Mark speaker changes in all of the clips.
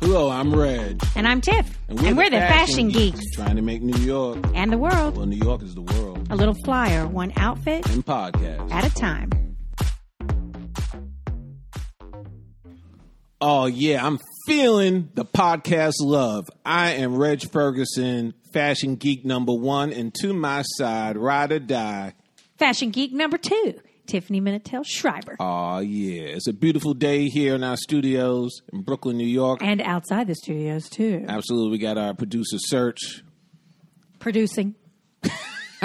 Speaker 1: Hello, I'm Reg.
Speaker 2: And I'm Tiff. And we're, the, fashion, geeks.
Speaker 1: Trying to make New York,
Speaker 2: and the world
Speaker 1: well, New York is the world,
Speaker 2: a little flyer, one outfit
Speaker 1: in podcast.
Speaker 2: at a time.
Speaker 1: Oh, yeah, I'm feeling the podcast love. I am Reg Ferguson, fashion geek number one, and to my side, ride or die.
Speaker 2: Fashion geek number two, Tiffany Minatel Schreiber.
Speaker 1: Oh, yeah, it's a beautiful day here in our studios in Brooklyn, New York.
Speaker 2: and outside the studios, too.
Speaker 1: Absolutely, we got our producer, Search.
Speaker 2: producing.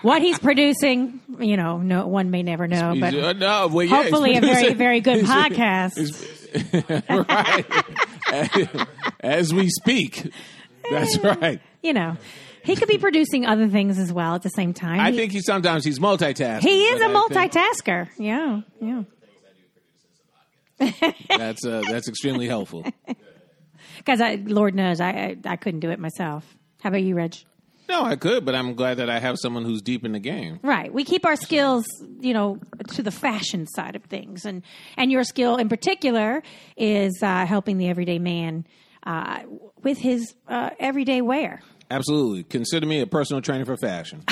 Speaker 2: what he's producing, you know, no one may never know, but
Speaker 1: Uh, no, well, yeah, he's
Speaker 2: hopefully a very,
Speaker 1: producing-
Speaker 2: very good podcast.
Speaker 1: as we speak. That's right.
Speaker 2: You know, he could be producing other things as well at the same time.
Speaker 1: I
Speaker 2: He-
Speaker 1: think he sometimes he's multitasking.
Speaker 2: he is a
Speaker 1: but I think
Speaker 2: multitasker. Yeah, yeah.
Speaker 1: That's uh, that's extremely helpful.
Speaker 2: Because I, Lord knows, I, I I couldn't do it myself. How about you, Reg?
Speaker 1: No, I could, but I'm glad that I have someone who's deep in the game.
Speaker 2: Right. We keep our skills, you know, to the fashion side of things, and and your skill in particular is uh, helping the everyday man uh, with his uh, everyday wear.
Speaker 1: Absolutely, consider me a personal trainer for fashion.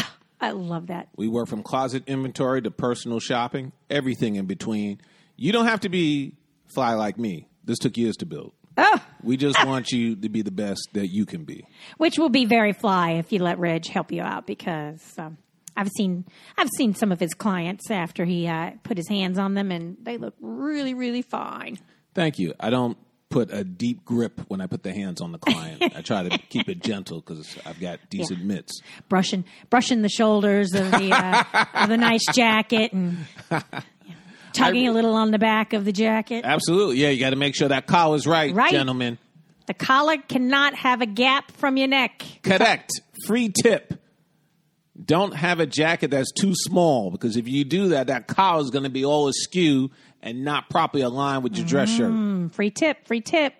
Speaker 2: I love that.
Speaker 1: We work from closet inventory to personal shopping, everything in between. You don't have to be fly like me. This took years to build. Oh. We just want you to be the best that you can be.
Speaker 2: Which will be very fly if you let Reg help you out because um, I've seen I've seen some of his clients after he uh, put his hands on them and they look really really fine.
Speaker 1: Thank you. I don't put a deep grip when I put the hands on the client. I try to keep it gentle because I've got decent mitts.
Speaker 2: Brushing brushing the shoulders of the uh, of the nice jacket and tugging a little on the back of the jacket.
Speaker 1: Absolutely. Yeah, you got to make sure that collar's right,
Speaker 2: Right.
Speaker 1: gentlemen.
Speaker 2: The collar cannot have a gap from your neck.
Speaker 1: Correct. Free tip. Don't have a jacket that's too small because if you do that, that collar is going to be all askew and not properly aligned with your dress shirt.
Speaker 2: Mm, Free tip, free tip.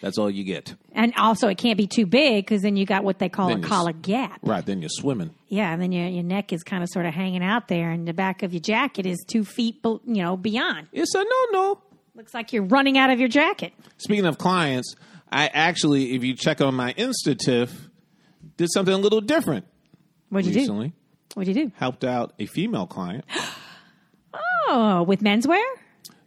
Speaker 1: That's all you get.
Speaker 2: And also, it can't be too big because then you got what they call
Speaker 1: Then
Speaker 2: a
Speaker 1: it's-
Speaker 2: collar gap.
Speaker 1: Right, then you're swimming.
Speaker 2: Yeah, and then your, your neck is kind of sort of hanging out there, and the back of your jacket is two feet, be- you know, beyond.
Speaker 1: It's a no no.
Speaker 2: Looks like you're running out of your jacket.
Speaker 1: Speaking of clients, I actually, if you check on my Insta Tiff, did something a little different
Speaker 2: What'd you
Speaker 1: recently.
Speaker 2: do? What'd you do?
Speaker 1: Helped out a female client.
Speaker 2: Oh, with menswear?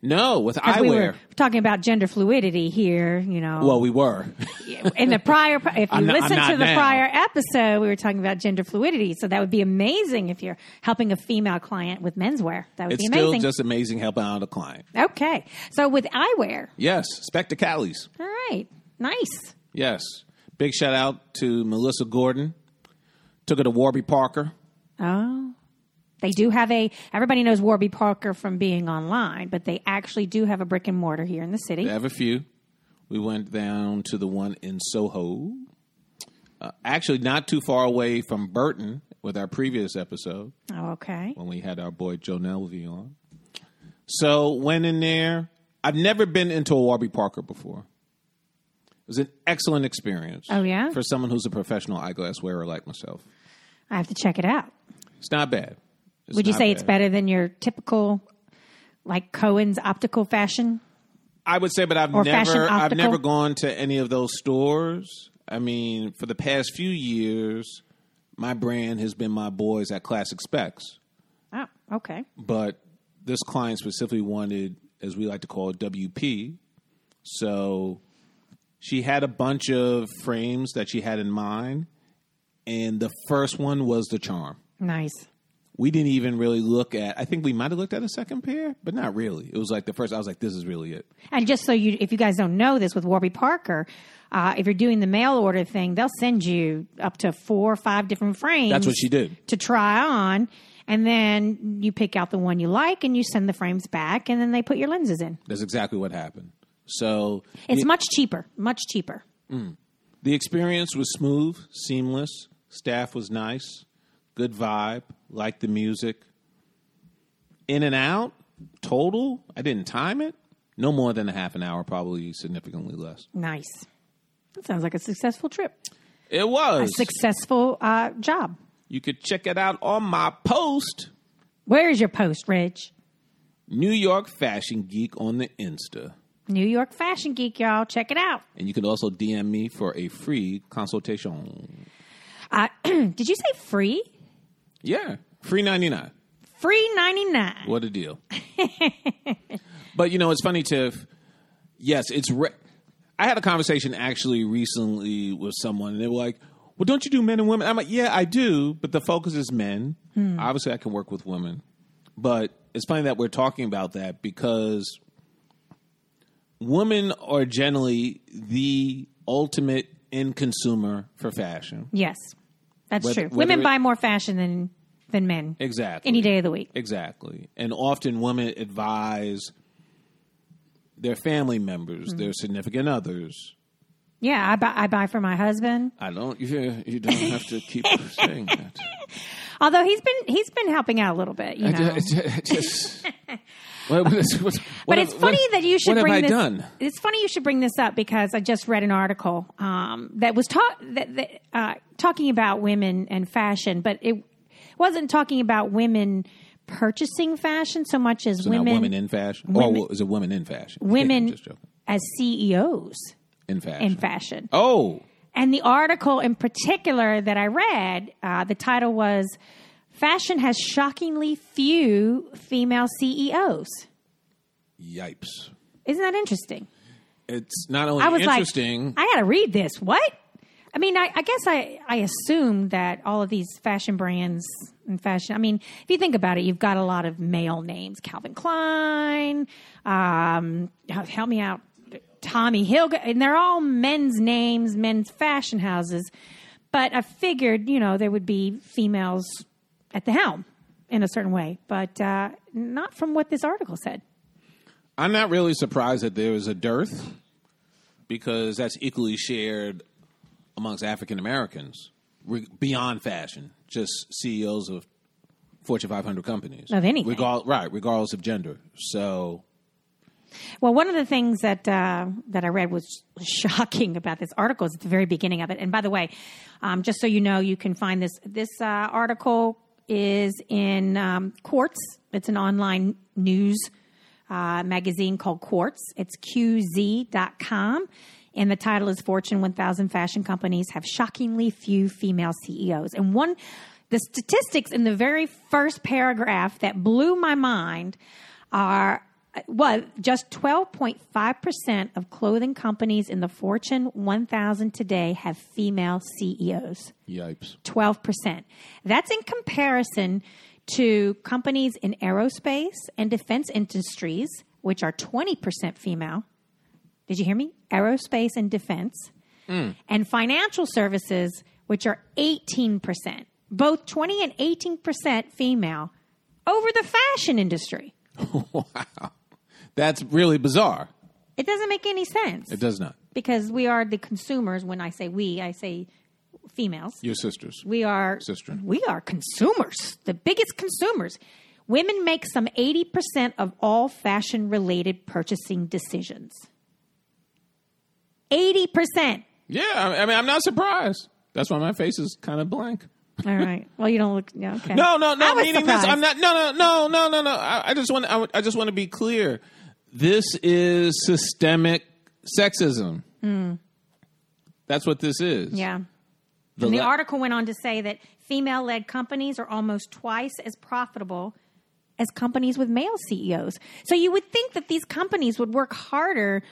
Speaker 1: No, with
Speaker 2: 'Cause
Speaker 1: eyewear.
Speaker 2: we were talking about gender fluidity here, you know.
Speaker 1: well, we were.
Speaker 2: in the prior, if you
Speaker 1: I'm not- I'm
Speaker 2: listen
Speaker 1: not
Speaker 2: to the
Speaker 1: now.
Speaker 2: prior episode, we were talking about gender fluidity. So that would be amazing if you're helping a female client with menswear. That would
Speaker 1: It's
Speaker 2: be
Speaker 1: still
Speaker 2: amazing.
Speaker 1: just amazing helping out a client.
Speaker 2: okay. So with eyewear,
Speaker 1: Yes, spectacales.
Speaker 2: all right, nice.
Speaker 1: Yes. Big shout out to Melissa Gordon. Took her to Warby Parker.
Speaker 2: Oh, they do have a. Everybody knows Warby Parker from being online, but they actually do have a brick and mortar here in the city.
Speaker 1: They have a few. We went down to the one in Soho. Uh, actually, not too far away from Burton with our previous episode
Speaker 2: Oh, okay.
Speaker 1: when we had our boy Joe Nelvey on. So, went in there. I've never been into a Warby Parker before. It was an excellent experience.
Speaker 2: Oh, yeah?
Speaker 1: For someone who's a professional eyeglass wearer like myself.
Speaker 2: I have to check it out.
Speaker 1: It's not bad. It's
Speaker 2: Would you
Speaker 1: not
Speaker 2: say it's better than your typical, like Cohen's optical fashion?
Speaker 1: I would say, but I've
Speaker 2: Or fashion
Speaker 1: never, I've
Speaker 2: optical?
Speaker 1: never gone to any of those stores. I mean, for the past few years, my brand has been my boys at Classic Specs,
Speaker 2: Oh, okay.
Speaker 1: but this client specifically wanted, as we like to call it, WP. So she had a bunch of frames that she had in mind, and the first one was the charm.
Speaker 2: Nice.
Speaker 1: We didn't even really look at. I think we might have looked at a second pair, but not really. It was like the first. I was like, "This is really it."
Speaker 2: And just so you, if you guys don't know this, with Warby Parker, uh, if you're doing the mail order thing, they'll send you up to four or five different frames.
Speaker 1: That's what she did.
Speaker 2: to try on, and then you pick out the one you like, and you send the frames back, and then they put your lenses in.
Speaker 1: That's exactly what happened. So
Speaker 2: It's much cheaper, much cheaper.
Speaker 1: the experience was smooth, seamless. Staff was nice, good vibe, liked the music. In and out, total. I didn't time it. No more than a half an hour, probably significantly less.
Speaker 2: Nice. That sounds like a successful trip,
Speaker 1: It was.
Speaker 2: successful uh, job.
Speaker 1: You could check it out on my post,
Speaker 2: Where is your post, Reg?
Speaker 1: New York Fashion Geek on the Insta.
Speaker 2: New York Fashion Geek, y'all. Check it out.
Speaker 1: And you can also DM me for a free consultation.
Speaker 2: Uh, did you say free?
Speaker 1: Yeah, free 99.
Speaker 2: Free 99.
Speaker 1: What a deal. but you know, it's funny, Tiff. Yes, it's. Re- I had a conversation actually recently with someone, and they were like, "Well, don't you do men and women?" I'm like, "Yeah, I do, but the focus is men. Obviously, I can work with women, but it's funny that we're talking about that because women are generally the ultimate end consumer for fashion.
Speaker 2: Yes, that's
Speaker 1: Whether- whether
Speaker 2: true. Women
Speaker 1: it-
Speaker 2: buy more fashion than than men
Speaker 1: Exactly.
Speaker 2: any day of the week.
Speaker 1: Exactly. And often women advise their family members,
Speaker 2: Mm-hmm.
Speaker 1: their significant others.
Speaker 2: Yeah, I buy I buy for my husband.
Speaker 1: I don't. You, you don't have to keep saying that.
Speaker 2: Although he's been he's been helping out a little bit, you
Speaker 1: I
Speaker 2: know.
Speaker 1: ju- I ju- I just- What- what is- what-
Speaker 2: but
Speaker 1: what
Speaker 2: it's
Speaker 1: have-
Speaker 2: funny
Speaker 1: what-
Speaker 2: that you should
Speaker 1: what
Speaker 2: bring
Speaker 1: have I
Speaker 2: this.
Speaker 1: done?
Speaker 2: It's funny you should bring this up because I just read an article um, that was talk that, that uh, talking about women and fashion, but it wasn't talking about women purchasing fashion so much as
Speaker 1: So
Speaker 2: women
Speaker 1: now women in fashion.
Speaker 2: women-
Speaker 1: oh, well, is it women in fashion?
Speaker 2: women
Speaker 1: Yeah, just joking.
Speaker 2: as CEOs
Speaker 1: in fashion.
Speaker 2: in fashion.
Speaker 1: oh,
Speaker 2: And the article in particular that I read, uh, the title was "Fashion Has Shockingly Few Female CEOs."
Speaker 1: yipes!
Speaker 2: Isn't that interesting?
Speaker 1: It's not only
Speaker 2: I was
Speaker 1: Oh, interesting.
Speaker 2: like, I got to read this. What? I mean, I, I guess I, I assumed that all of these fashion brands and fashion. I mean, if you think about it, you've got a lot of male names: Calvin Klein. Um, help help me out, Tommy Hilfiger, and they're all men's names, men's fashion houses. But I figured, you know, there would be females at the helm in a certain way, but uh, not from what this article said.
Speaker 1: I'm not really surprised that there was a dearth because that's equally shared amongst African Americans re- beyond fashion, just CEOs of Fortune 500 companies.
Speaker 2: Of anything.
Speaker 1: Regal- right, regardless of gender. So,
Speaker 2: Well, one of the things that uh, that I read was shocking about this article is at the very beginning of it. And by the way, um, just so you know, you can find this this uh, article is in um, Quartz. It's an online news uh, magazine called Quartz. It's QZ.com. And the title is Fortune 1000 Fashion Companies Have Shockingly Few Female CEOs. And one, the statistics in the very first paragraph that blew my mind are well, just 12.5% of clothing companies in the Fortune 1000 today have female E CEOs.
Speaker 1: yipes.
Speaker 2: 12%. That's in comparison to companies in aerospace and defense industries, which are 20% female. Did you hear me? Aerospace and defense. And financial services, which are 18%. Both 20 and 18% female over the fashion industry.
Speaker 1: That's really bizarre.
Speaker 2: It doesn't make any sense
Speaker 1: It does not.
Speaker 2: because we are the consumers. When I say we, I say females.
Speaker 1: Your sisters.
Speaker 2: We are
Speaker 1: Sister.
Speaker 2: We are consumers, the biggest consumers. Women make some 80% of all fashion related purchasing decisions. 80%.
Speaker 1: Yeah, I I mean, I'm not surprised. That's why my face is kind of blank.
Speaker 2: All right. Well, you don't look yeah, okay.
Speaker 1: No, no, no.
Speaker 2: I was
Speaker 1: meaning
Speaker 2: surprised.
Speaker 1: this, I'm not. No, no, no, no, no, no. I, I just want. I, I just want to be clear. This is systemic sexism. That's what this is.
Speaker 2: Hmm. Yeah.
Speaker 1: The
Speaker 2: And the
Speaker 1: le-
Speaker 2: article went on to say that female led companies are almost twice as profitable as companies with male CEOs. So you would think that these companies would work harder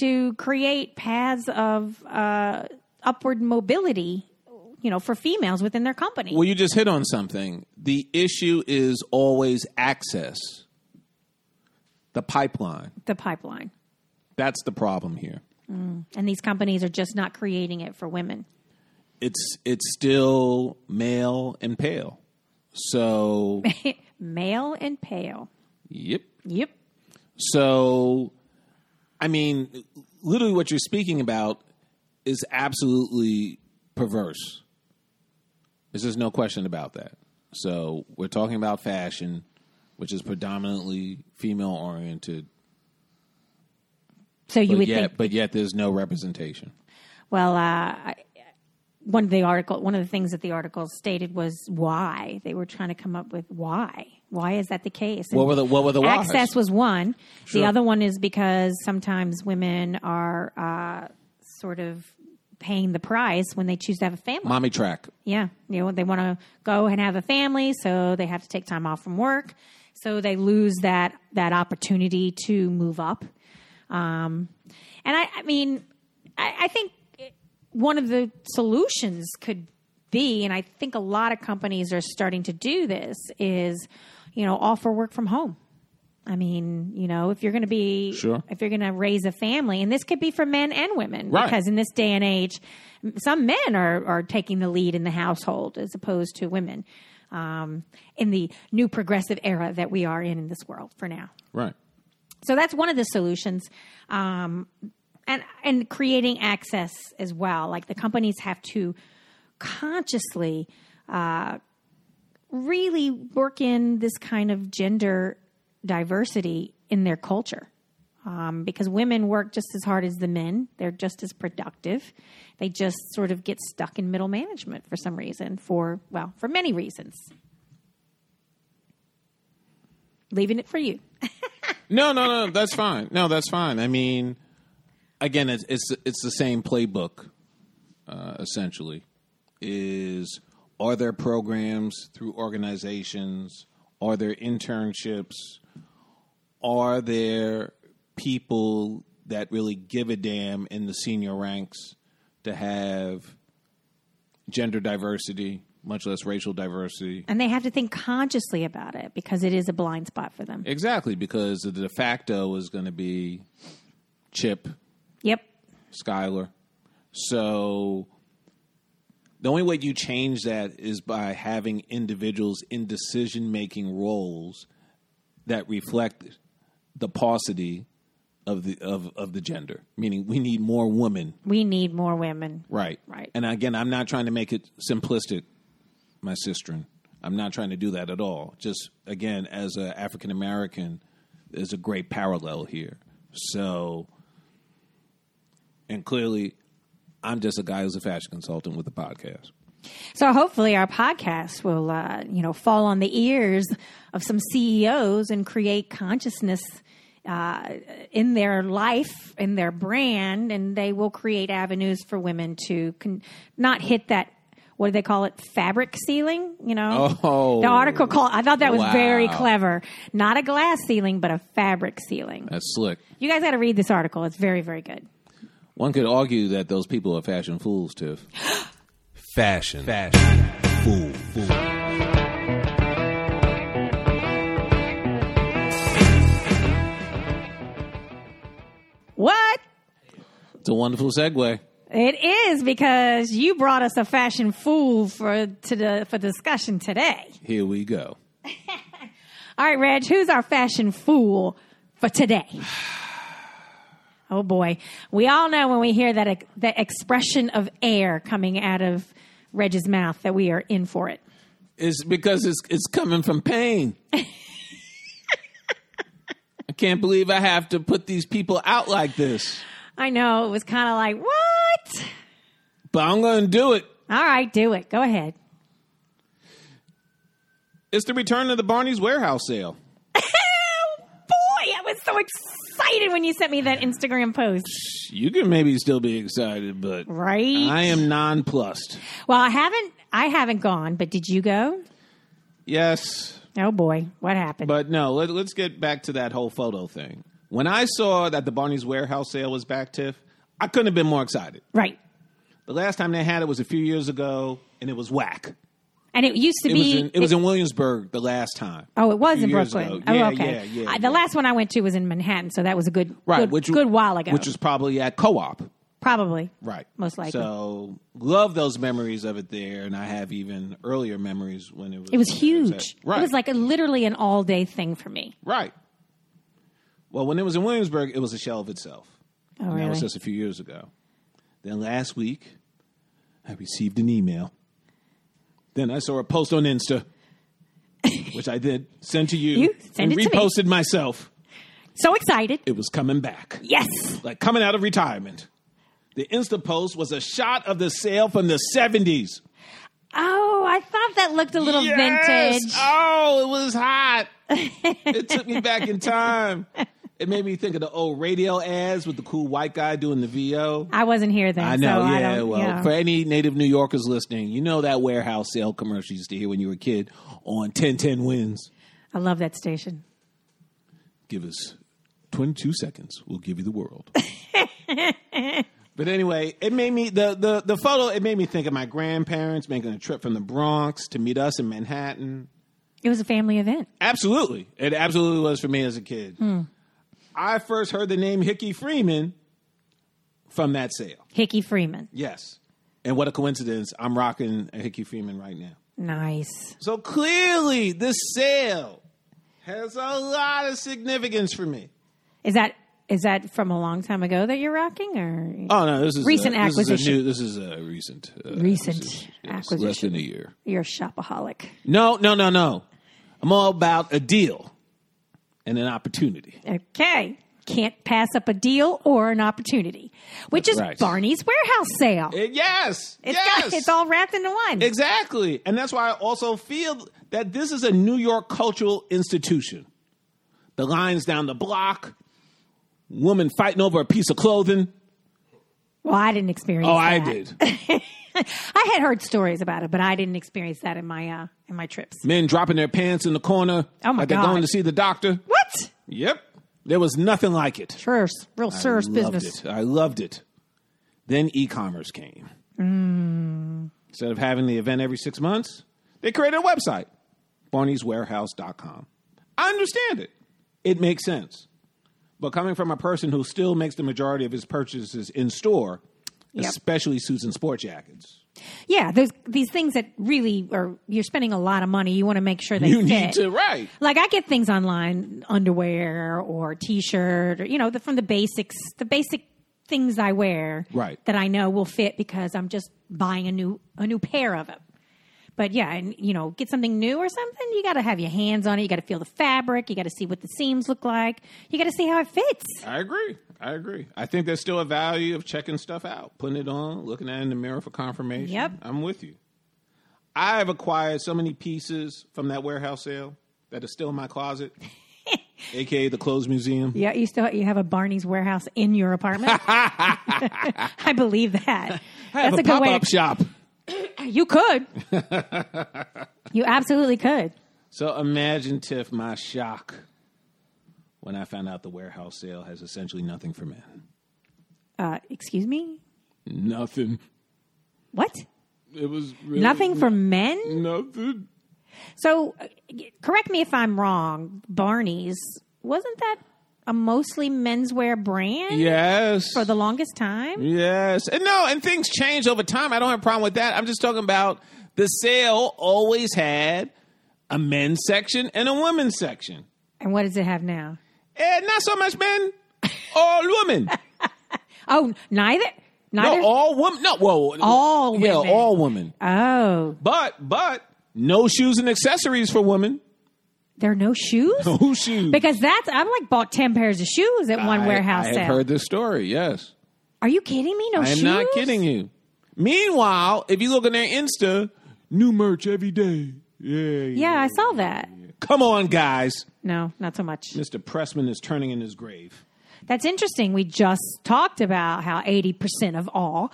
Speaker 2: to create paths of uh, upward mobility, you know, for females within their company.
Speaker 1: well, you just hit on something. The issue is always access. The pipeline.
Speaker 2: the pipeline.
Speaker 1: That's the problem here.
Speaker 2: And these companies are just not creating it for women.
Speaker 1: It's it's still male and pale. So
Speaker 2: Male and pale.
Speaker 1: yep.
Speaker 2: Yep.
Speaker 1: So, I mean, literally what you're speaking about is absolutely perverse. There's just no question about that. So, we're talking about fashion, which is predominantly female oriented,
Speaker 2: So you
Speaker 1: but
Speaker 2: would
Speaker 1: yet,
Speaker 2: think
Speaker 1: but yet there's no representation.
Speaker 2: Well, uh, I- one of the article, one of the things that the article stated was why they were trying to come up with why, Why is that the case?
Speaker 1: What were the what were the whys?
Speaker 2: access was one.
Speaker 1: Sure.
Speaker 2: The other one is because sometimes women are uh, sort of paying the price when they choose to have a family.
Speaker 1: mommy track?
Speaker 2: Yeah, you know they want to go and have a family, so they have to take time off from work, so they lose that that opportunity to move up. Um, and I, I mean, I, I think it- one of the solutions could be, and I think a lot of companies are starting to do this, is you know offer work from home. I mean, you know, if you're going to be,
Speaker 1: Sure.
Speaker 2: if you're going to raise a family, and this could be for men and women,
Speaker 1: Right.
Speaker 2: because in this day and age, m- some men are, are taking the lead in the household as opposed to women um, in the new progressive era that we are in in this world for now.
Speaker 1: Right.
Speaker 2: So that's one of the solutions. Um, and and creating access as well. Like the companies have to consciously uh, really work in this kind of gender diversity in their culture. Um, because women work just as hard as the men. They're just as productive. They just sort of get stuck in middle management for some reason, for, well, for many reasons. Leaving it for you.
Speaker 1: No, no, no. That's fine. No, that's fine. I mean, again, it's it's it's the same playbook. Uh, essentially, is are there programs through organizations? Are there internships? Are there people that really give a damn in the senior ranks to have gender diversity, much less racial diversity?
Speaker 2: And they have to think consciously about it because it is a blind spot for them.
Speaker 1: Exactly, because the de facto is going to be Chip
Speaker 2: Yep.
Speaker 1: Skylar. So the only way you change that is by having individuals in decision making roles that reflect the paucity of the of, of the gender. Meaning we need more women.
Speaker 2: We need more women.
Speaker 1: Right.
Speaker 2: Right.
Speaker 1: And again, I'm not trying to make it simplistic, my sister. I'm not trying to do that at all. Just again, as an African American, there's a great parallel here. So and clearly I'm just a guy who's a fashion consultant with a podcast.
Speaker 2: So hopefully our podcast will, uh, you know, fall on the ears of some CEOs and create consciousness uh, in their life, in their brand, and they will create avenues for women to con- not hit that. What do they call it? Fabric ceiling, you know.
Speaker 1: Oh.
Speaker 2: the article called. I thought that was very
Speaker 1: Wow.
Speaker 2: clever. Not a glass ceiling, but a fabric ceiling.
Speaker 1: That's slick.
Speaker 2: You guys got to read this article. It's very, very good.
Speaker 1: One could argue that those people are fashion fools, Tiff.
Speaker 3: Fashion. Fashion. Fool. Fool.
Speaker 2: What?
Speaker 1: It's a wonderful segue.
Speaker 2: It is because you brought us a fashion fool for to the for discussion today.
Speaker 1: Here we go.
Speaker 2: All right, Reg, who's our fashion fool for today? Oh boy, we all know when we hear that ex- that expression of air coming out of Reg's mouth that we are in for it.
Speaker 1: It's because it's it's coming from pain. I can't believe I have to put these people out like this.
Speaker 2: I know it was kind of like what?
Speaker 1: But I'm going to do it.
Speaker 2: All right, do it. Go ahead.
Speaker 1: It's the return of the Barney's warehouse sale.
Speaker 2: Boy, I was so excited when you sent me that Instagram post.
Speaker 1: You can maybe still be excited, but
Speaker 2: Right?
Speaker 1: I am nonplussed.
Speaker 2: Well, I haven't. I haven't gone, but did you go?
Speaker 1: Yes,
Speaker 2: Oh boy, what happened?
Speaker 1: but no. Let, let's get back to that whole photo thing. When I saw that the Barney's warehouse sale was back, Tiff, I couldn't have been more excited.
Speaker 2: right,
Speaker 1: The last time they had it was a few years ago, and it was whack.
Speaker 2: and it used to
Speaker 1: It was
Speaker 2: be.
Speaker 1: in, it was in Williamsburg the last time.
Speaker 2: oh, it was
Speaker 1: few
Speaker 2: in
Speaker 1: years
Speaker 2: Brooklyn.
Speaker 1: ago.
Speaker 2: Oh,
Speaker 1: Yeah,
Speaker 2: okay.
Speaker 1: yeah, yeah,
Speaker 2: I- the
Speaker 1: yeah.
Speaker 2: last one I went to was in Manhattan, so that was a good,
Speaker 1: right?
Speaker 2: good,
Speaker 1: which
Speaker 2: good while ago.
Speaker 1: which was probably at co-op,
Speaker 2: probably
Speaker 1: right?
Speaker 2: most likely.
Speaker 1: So love those memories of it there, and I have even earlier memories when it was
Speaker 2: it was
Speaker 1: when at-
Speaker 2: huge.
Speaker 1: right?
Speaker 2: It was like a, literally an all day thing for me.
Speaker 1: right. Well, when it was in Williamsburg, it was a shell of itself.
Speaker 2: Oh,
Speaker 1: and That
Speaker 2: really?
Speaker 1: was just a few years ago. Then last week, I received an email. Then I saw a post on Insta, which I did send to you,
Speaker 2: You
Speaker 1: and
Speaker 2: send it to me.
Speaker 1: reposted myself.
Speaker 2: so excited.
Speaker 1: It was coming back.
Speaker 2: Yes.
Speaker 1: like coming out of retirement. The Insta post was a shot of the sale from the 70s.
Speaker 2: Oh, I thought that looked a little
Speaker 1: Yes!
Speaker 2: vintage.
Speaker 1: Oh, it was hot. it took me back in time. It made me think of the old radio ads with the cool white guy doing the VO.
Speaker 2: I wasn't here then.
Speaker 1: I know,
Speaker 2: so I
Speaker 1: yeah.
Speaker 2: don't,
Speaker 1: well,
Speaker 2: yeah.
Speaker 1: for any native New Yorkers listening, you know that warehouse sale commercial you used to hear when you were a kid on 1010 Wins.
Speaker 2: I love that station.
Speaker 1: Give us 22 seconds, we'll give you the world. but anyway, it made me, the, the, the photo, it made me think of my grandparents making a trip from the Bronx to meet us in Manhattan.
Speaker 2: It was a family event.
Speaker 1: Absolutely. It absolutely was for me as a kid.
Speaker 2: Hmm.
Speaker 1: I first heard the name Hickey Freeman from that sale.
Speaker 2: Hickey Freeman.
Speaker 1: Yes. And what a coincidence. I'm rocking a Hickey Freeman right now.
Speaker 2: Nice.
Speaker 1: So clearly, this sale has a lot of significance for me.
Speaker 2: Is that is that from a long time ago that you're rocking or
Speaker 1: Oh, no, this is
Speaker 2: Recent
Speaker 1: a, this
Speaker 2: acquisition.
Speaker 1: Is a new, this is a recent. Uh,
Speaker 2: Recent
Speaker 1: this is- yes, Less
Speaker 2: acquisition.
Speaker 1: than a year.
Speaker 2: you're a shopaholic?
Speaker 1: No, no, no, no. I'm all about a deal and an opportunity.
Speaker 2: Okay. Can't pass up a deal or an opportunity, which is
Speaker 1: right.
Speaker 2: Barney's warehouse sale.
Speaker 1: Eh, yes.
Speaker 2: It's
Speaker 1: yes.
Speaker 2: got, it's all wrapped into one.
Speaker 1: Exactly. And that's why I also feel that this is a New York cultural institution. The lines down the block, woman fighting over a piece of clothing.
Speaker 2: well, I didn't experience.
Speaker 1: Oh,
Speaker 2: that.
Speaker 1: I did.
Speaker 2: I had heard stories about it, but I didn't experience that in my uh, in my trips.
Speaker 1: Men dropping their pants in the corner.
Speaker 2: Oh, my
Speaker 1: like
Speaker 2: God.
Speaker 1: They're going to see the doctor.
Speaker 2: What?
Speaker 1: Yep. There was nothing like it.
Speaker 2: Sure, real serious
Speaker 1: Loved
Speaker 2: business.
Speaker 1: it. I loved it. Then e-commerce came.
Speaker 2: Mm.
Speaker 1: Instead of having the event every six months, they created a website, Barney'sWarehouse.com. I understand it. It makes sense. But coming from a person who still makes the majority of his purchases in store,
Speaker 2: Yep.
Speaker 1: especially suits and sport jackets,
Speaker 2: Yeah, those these things that really are you're spending a lot of money. You want to make sure they
Speaker 1: you
Speaker 2: fit.
Speaker 1: need to right.
Speaker 2: Like I get things online, underwear or t-shirt, or you know, the, from the basics, the basic things I wear,
Speaker 1: Right.
Speaker 2: That I know will fit because I'm just buying a new a new pair of them. But yeah, and you know, get something new or something, you got to have your hands on it. You got to feel the fabric. You got to see what the seams look like. You got to see how it fits.
Speaker 1: I agree. I agree. I think there's still a value of checking stuff out, putting it on, looking at it in the mirror for confirmation.
Speaker 2: Yep.
Speaker 1: I'm with you. I have acquired so many pieces from that warehouse sale that are still in my closet, aka the clothes museum.
Speaker 2: Yeah, you still you have a Barney's warehouse in your apartment. I believe that.
Speaker 1: I have
Speaker 2: That's
Speaker 1: a,
Speaker 2: a good way.
Speaker 1: pop-up shop.
Speaker 2: You could. you absolutely could.
Speaker 1: So imagine Tiff my shock when I found out the warehouse sale has essentially nothing for men.
Speaker 2: Uh, excuse me.
Speaker 1: Nothing.
Speaker 2: What?
Speaker 1: It was really
Speaker 2: Nothing for men?
Speaker 1: Nothing.
Speaker 2: So, uh, correct me if I'm wrong. Barney's wasn't that a mostly menswear brand
Speaker 1: Yes.
Speaker 2: for the longest time?
Speaker 1: Yes. And no, and things change over time. I don't have a problem with that. I'm just talking about the sale always had a men's section and a women's section.
Speaker 2: And what does it have now?
Speaker 1: And not so much men, all women.
Speaker 2: Oh, neither. Neither.
Speaker 1: No, all women. No, whoa.
Speaker 2: All
Speaker 1: Yeah,
Speaker 2: women.
Speaker 1: all women.
Speaker 2: oh,
Speaker 1: But, but, no shoes and accessories for women.
Speaker 2: there are no shoes.
Speaker 1: No shoes.
Speaker 2: Because that's I've like bought ten pairs of shoes at one
Speaker 1: I-
Speaker 2: warehouse
Speaker 1: I have
Speaker 2: sale.
Speaker 1: heard this story, yes.
Speaker 2: Are you kidding me? No
Speaker 1: I am
Speaker 2: shoes.
Speaker 1: not kidding you. Meanwhile, if you look on their Insta, new merch every day. Yeah, yeah.
Speaker 2: Yeah, I saw that.
Speaker 1: Come on, guys.
Speaker 2: No, not so much.
Speaker 1: Mr. Pressman is turning in his grave.
Speaker 2: That's interesting. We just talked about how 80% of all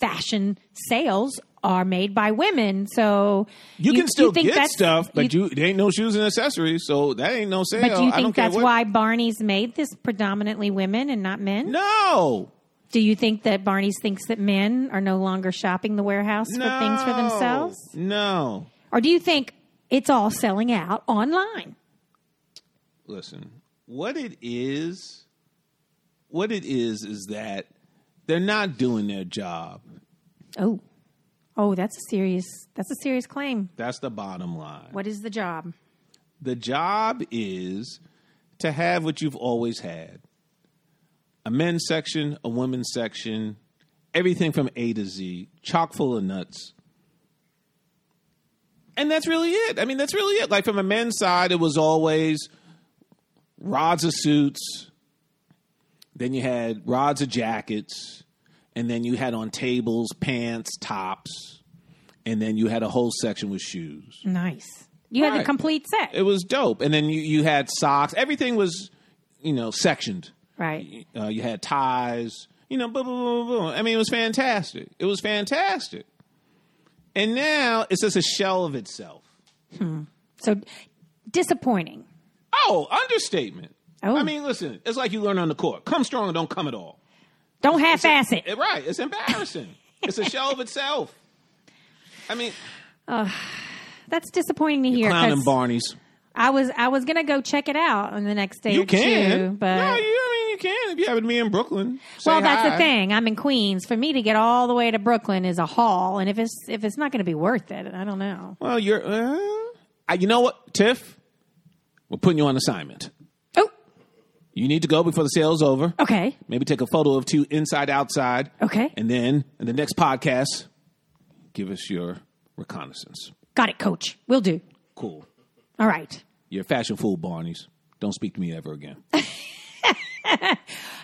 Speaker 2: fashion sales are made by women. So
Speaker 1: You, can still
Speaker 2: think
Speaker 1: get
Speaker 2: that's-
Speaker 1: stuff, but you, there ain't no shoes and accessories, so that ain't no sale.
Speaker 2: But do
Speaker 1: I
Speaker 2: you
Speaker 1: don't
Speaker 2: think
Speaker 1: care
Speaker 2: that's
Speaker 1: what-
Speaker 2: why Barney's made this predominantly women and not men?
Speaker 1: No,
Speaker 2: Do you think that Barney's thinks that men are no longer shopping the warehouse for
Speaker 1: no,
Speaker 2: things for themselves?
Speaker 1: No,
Speaker 2: Or do you think it's all selling out online?
Speaker 1: listen. What it is, what it is, is that they're not doing their job.
Speaker 2: Oh. Oh, that's a serious that's a serious claim.
Speaker 1: That's the bottom line.
Speaker 2: What is the job?
Speaker 1: The job is to have what you've always had a men's section, a women's section, everything from A to Z, chock full of nuts. And that's really it. I mean, that's really it. Like from a men's side, it was always rods of suits, then you had rods of jackets, and then you had on tables, pants, tops. and then you had a whole section with shoes.
Speaker 2: Nice. You had
Speaker 1: Right.
Speaker 2: the complete set.
Speaker 1: It was dope. And then you, you had socks. Everything was, you know, sectioned.
Speaker 2: right.
Speaker 1: Uh, you had ties. You know, boom, boom, boom, boom. I mean, it was fantastic. It was fantastic. And now it's just a shell of itself.
Speaker 2: So disappointing.
Speaker 1: Oh, understatement.
Speaker 2: Oh.
Speaker 1: I mean, listen, it's like you learn on the court. Come strong or don't come at all.
Speaker 2: Don't half ass it.
Speaker 1: Eh, Right. It's embarrassing. it's a shell of itself. I mean,
Speaker 2: That's disappointing to hear.
Speaker 1: clown
Speaker 2: 'cause
Speaker 1: and Barney's.
Speaker 2: I was I was gonna go check it out on the next day
Speaker 1: You
Speaker 2: or
Speaker 1: can.
Speaker 2: two, but
Speaker 1: no, you, I mean, you can if you happen to be in Brooklyn. Say
Speaker 2: well, that's
Speaker 1: hi.
Speaker 2: the thing. I'm in Queens. For me to get all the way to Brooklyn is a haul, and if it's if it's not going to be worth it, I don't know.
Speaker 1: Well, you're. Uh, I- you know what, Tiff? We're putting you on assignment.
Speaker 2: Oh,
Speaker 1: You need to go before the sale's over.
Speaker 2: okay,
Speaker 1: Maybe take a photo of two inside outside.
Speaker 2: Okay.
Speaker 1: And then in the next podcast, give us your reconnaissance.
Speaker 2: got it, Coach. We'll do.
Speaker 1: Cool.
Speaker 2: All right.
Speaker 1: You're a fashion fool, Barney's. Don't speak to me ever again.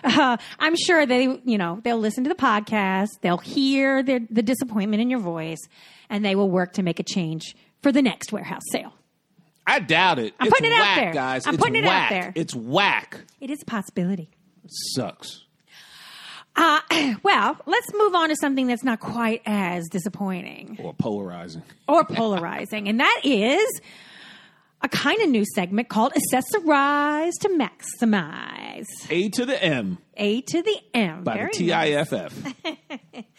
Speaker 2: I'm sure they, you know, they'll listen to the podcast. They'll hear their, the disappointment in your voice, and they will work to make a change for the next warehouse sale.
Speaker 1: I doubt it. I'm
Speaker 2: putting it out
Speaker 1: whack,
Speaker 2: there.
Speaker 1: guys.
Speaker 2: I'm
Speaker 1: it's
Speaker 2: putting it out
Speaker 1: whack.
Speaker 2: there.
Speaker 1: It's whack.
Speaker 2: It is a possibility.
Speaker 1: Sucks.
Speaker 2: Uh, Well, let's move on to something that's not quite as disappointing.
Speaker 1: Or polarizing.
Speaker 2: or polarizing, and that is a kind of new segment called Accessorize to Maximize.
Speaker 1: A to the M
Speaker 2: A to the M.
Speaker 1: by
Speaker 2: Very
Speaker 1: the
Speaker 2: nice.
Speaker 1: TIFF.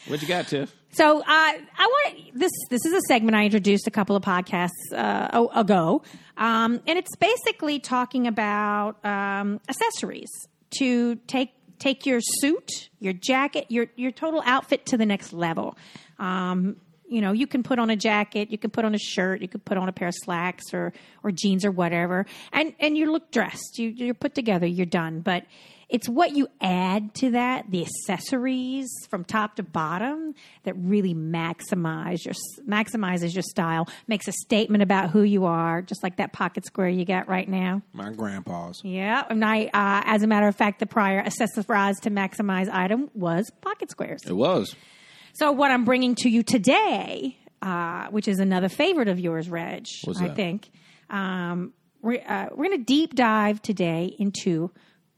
Speaker 1: what you got, Tiff?
Speaker 2: So uh, I want this. This is a segment I introduced a couple of podcasts uh, a- ago, um, and it's basically talking about um, accessories to take take your suit, your jacket, your your total outfit to the next level. Um, you know, you can put on a jacket, you can put on a shirt, you could put on a pair of slacks or or jeans or whatever, and and you look dressed, you you're put together, you're done. But it's what you add to that, the accessories from top to bottom that really maximize your maximizes your style, makes a statement about who you are, just like that pocket square you got right now.
Speaker 1: My grandpa's.
Speaker 2: Yeah, and I, uh, as a matter of fact, the prior accessorize to maximize item was pocket squares.
Speaker 1: It was.
Speaker 2: So what I'm bringing to you today, uh, which is another favorite of yours, Reg,
Speaker 1: What's
Speaker 2: I
Speaker 1: that?
Speaker 2: think, um, we're, uh, we're going to deep dive today into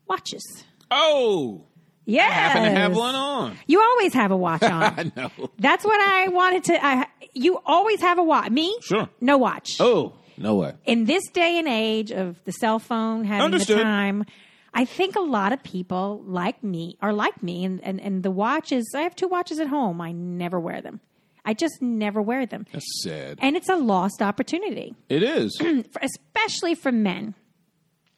Speaker 2: watches.
Speaker 1: Oh,
Speaker 2: Yes.
Speaker 1: happen to have one on.
Speaker 2: You always have a watch on.
Speaker 1: No.
Speaker 2: That's what I wanted to. I, you always have a watch. Me?
Speaker 1: Sure.
Speaker 2: No watch.
Speaker 1: Oh, no way.
Speaker 2: In this day and age of the cell phone having
Speaker 1: Understood.
Speaker 2: the time, I think a lot of people like me are like me, and, and, and the watches. I have two watches at home. I never wear them. I just never wear them.
Speaker 1: That's sad.
Speaker 2: And it's a lost opportunity,
Speaker 1: It is. Do
Speaker 2: for, especially for men.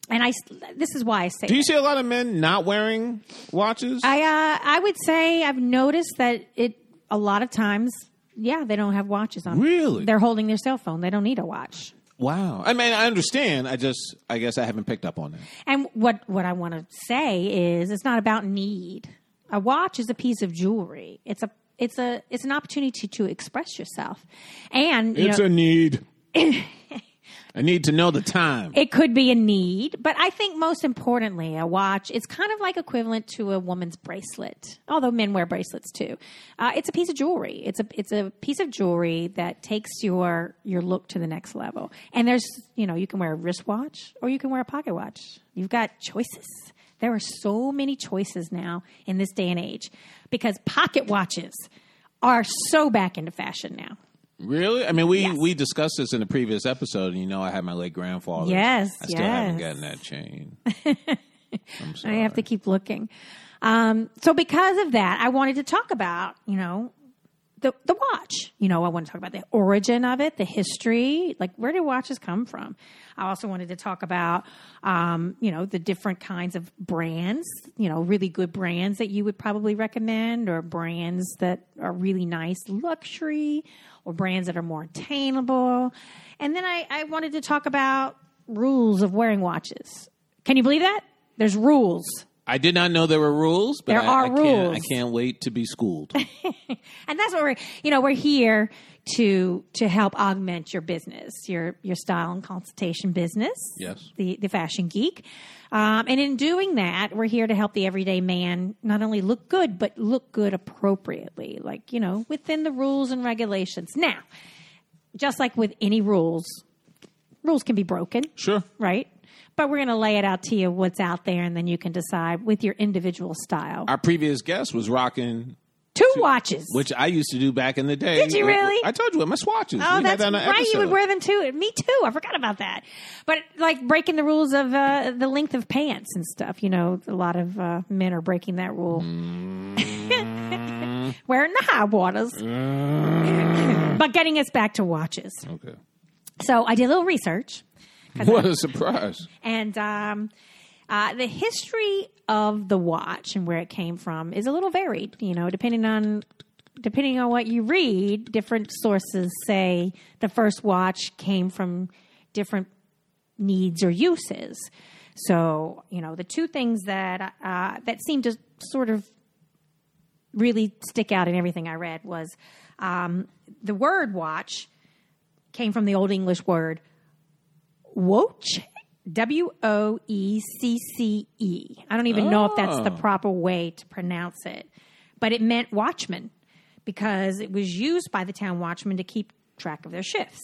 Speaker 2: And I, s- this is why I say
Speaker 1: you see a lot of men not wearing watches?
Speaker 2: I uh, I would say I've noticed that it a lot of times. Yeah, they don't have watches on.
Speaker 1: Really?
Speaker 2: They're holding their cell phone. They don't need a watch.
Speaker 1: wow. I mean, I understand. I just, I guess I haven't picked up on that.
Speaker 2: And what what I want to say is, it's not about need. A watch is a piece of jewelry. It's a it's a it's an opportunity to express yourself, and you know,
Speaker 1: need. I need to know the time.
Speaker 2: It could be a need, but I think most importantly, a watch is kind of like equivalent to a woman's bracelet, although men wear bracelets too. Uh, it's a piece of jewelry. It's a it's a piece of jewelry that takes your your look to the next level. And there's you know you can wear a wristwatch or you can wear a pocket watch. You've got choices. There are so many choices now in this day and age because pocket watches are so back into fashion now.
Speaker 1: Really? I mean, we
Speaker 2: Yes.
Speaker 1: we discussed this in the previous episode, and you know, I had my late grandfather.
Speaker 2: Yes,
Speaker 1: I still haven't
Speaker 2: yes.
Speaker 1: gotten that chain. I'm
Speaker 2: I
Speaker 1: sorry.
Speaker 2: have to keep looking. Um, so because of that, I wanted to talk about, you know, the the watch. You know, I want to talk about the origin of it, the history, like where do watches come from? I also wanted to talk about, um, you know, the different kinds of brands. You know, really good brands that you would probably recommend, or brands that are really nice, luxury, or brands that are more attainable. And then I, I wanted to talk about rules of wearing watches. Can you believe that? There's rules
Speaker 1: I did not know there were rules, but
Speaker 2: There
Speaker 1: I,
Speaker 2: are
Speaker 1: I can't, I
Speaker 2: rules.
Speaker 1: can't wait to be schooled.
Speaker 2: and that's what we're you know we're here to to help augment your business your your style and consultation business
Speaker 1: Yes.
Speaker 2: the the fashion geek um, and in doing that we're here to help the everyday man not only look good but look good appropriately like you know within the rules and regulations now just like with any rules rules can be broken
Speaker 1: sure.
Speaker 2: right but we're going to lay it out to you what's out there and then you can decide with your individual style
Speaker 1: Our previous guest was rocking,
Speaker 2: two watches
Speaker 1: which I used to do back in the day.
Speaker 2: Did you really?
Speaker 1: I told you my swatches. We
Speaker 2: Oh,
Speaker 1: had
Speaker 2: that's
Speaker 1: that on an
Speaker 2: right. You would
Speaker 1: episode.
Speaker 2: wear them too. Me too. I forgot about that. But like breaking the rules of uh, the length of pants and stuff. You know, a lot of uh, men are breaking that rule.
Speaker 1: Mm.
Speaker 2: Wearing the high waters. but getting us back to watches.
Speaker 1: Okay.
Speaker 2: So I did a little research.
Speaker 1: What a surprise!
Speaker 2: And um, uh, the history of the watch and where it came from is a little varied, you know, depending on depending on what you read. Different sources say the first watch came from different needs or uses. So, you know, the two things that uh, that seem to sort of really stick out in everything I read was um, the word watch came from the Old English word Woche. W O E C C E. I don't even know if that's the proper way to pronounce it, but it meant watchman because it was used by the town watchman to keep track of their shifts.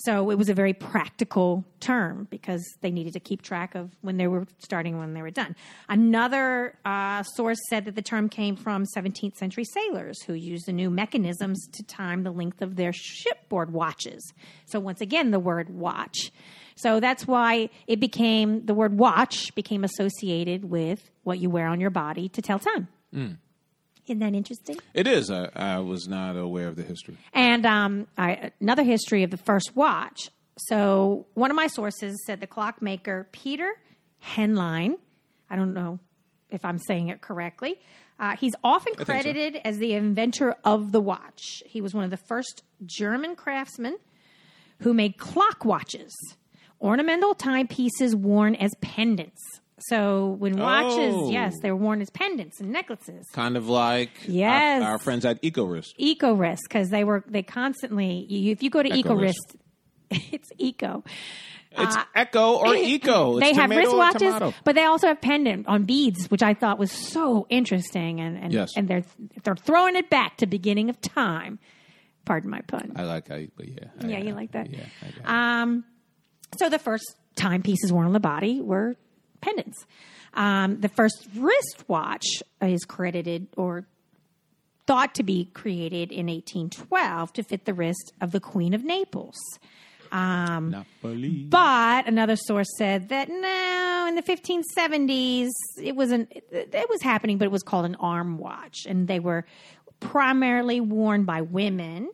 Speaker 2: So it was a very practical term because they needed to keep track of when they were starting and when they were done. Another uh, source said that the term came from 17th century sailors who used the new mechanisms to time the length of their shipboard watches. So once again, the word watch. So that's why it became the word watch became associated with what you wear on your body to tell time. Isn't that interesting?
Speaker 1: It is. I, I was not aware of the history.
Speaker 2: And um, I, another history of the first watch. So one of my sources said the clockmaker Peter Henlein. I don't know if I'm saying it correctly. Uh, he's often
Speaker 1: so.
Speaker 2: credited as the inventor of the watch. He was one of the first German craftsmen who made clock watches, ornamental timepieces worn as pendants. So when watches,
Speaker 1: Oh.
Speaker 2: yes, they were worn as pendants and necklaces.
Speaker 1: Kind of like our-
Speaker 2: Yes.
Speaker 1: our, friends at EcoRisk.
Speaker 2: EcoRisk because they were they constantly. You, if you go to
Speaker 1: EcoRisk.
Speaker 2: EcoRisk, it's eco.
Speaker 1: It's Echo or Eco. It's
Speaker 2: Uh, they have
Speaker 1: tomato or
Speaker 2: wristwatches,
Speaker 1: tomato.
Speaker 2: but they also have pendant on beads, which I thought was so interesting. And and,
Speaker 1: Yes.
Speaker 2: and they're they're throwing it back to beginning of time. Pardon my pun.
Speaker 1: I like how, you, but yeah, I-
Speaker 2: Yeah, you like that?
Speaker 1: Yeah, I got it.
Speaker 2: So the first timepieces worn on the body were pendants. Um, the first wristwatch is credited or thought to be created in 1812 to fit the wrist of the Queen of Naples.
Speaker 1: Napoli.
Speaker 2: Um, But another source said that no, in the 1570s it wasn't. It, it was happening, but it was called an arm watch, and they were primarily worn by women,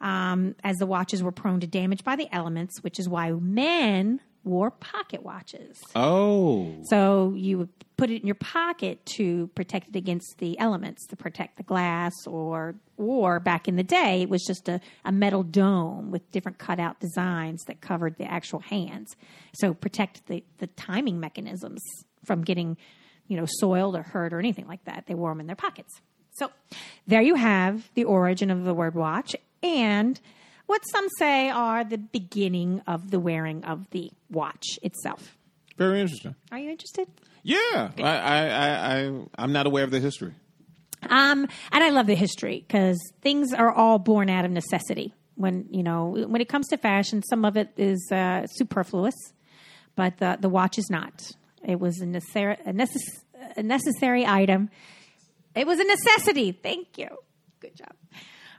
Speaker 2: um, as the watches were prone to damage by the elements, which is why men wore pocket watches.
Speaker 1: Oh,
Speaker 2: So you would put it in your pocket to protect it against the elements, to protect the glass, or or back in the day it was just a, a metal dome with different cutout designs that covered the actual hands. So protect the, the timing mechanisms from getting, you know, soiled or hurt or anything like that. They wore them in their pockets. So there you have the origin of the word watch and what some say are the beginning of the wearing of the watch itself.
Speaker 1: very interesting.
Speaker 2: Are you interested?
Speaker 1: Yeah, I, I, I, I, I'm not aware of the history.
Speaker 2: Um, and I love the history because things are all born out of necessity. When you know, when it comes to fashion, some of it is uh, superfluous, but the the watch is not. It was a, necessary a, necess- a necessary item. It was a necessity. Thank you. Good job.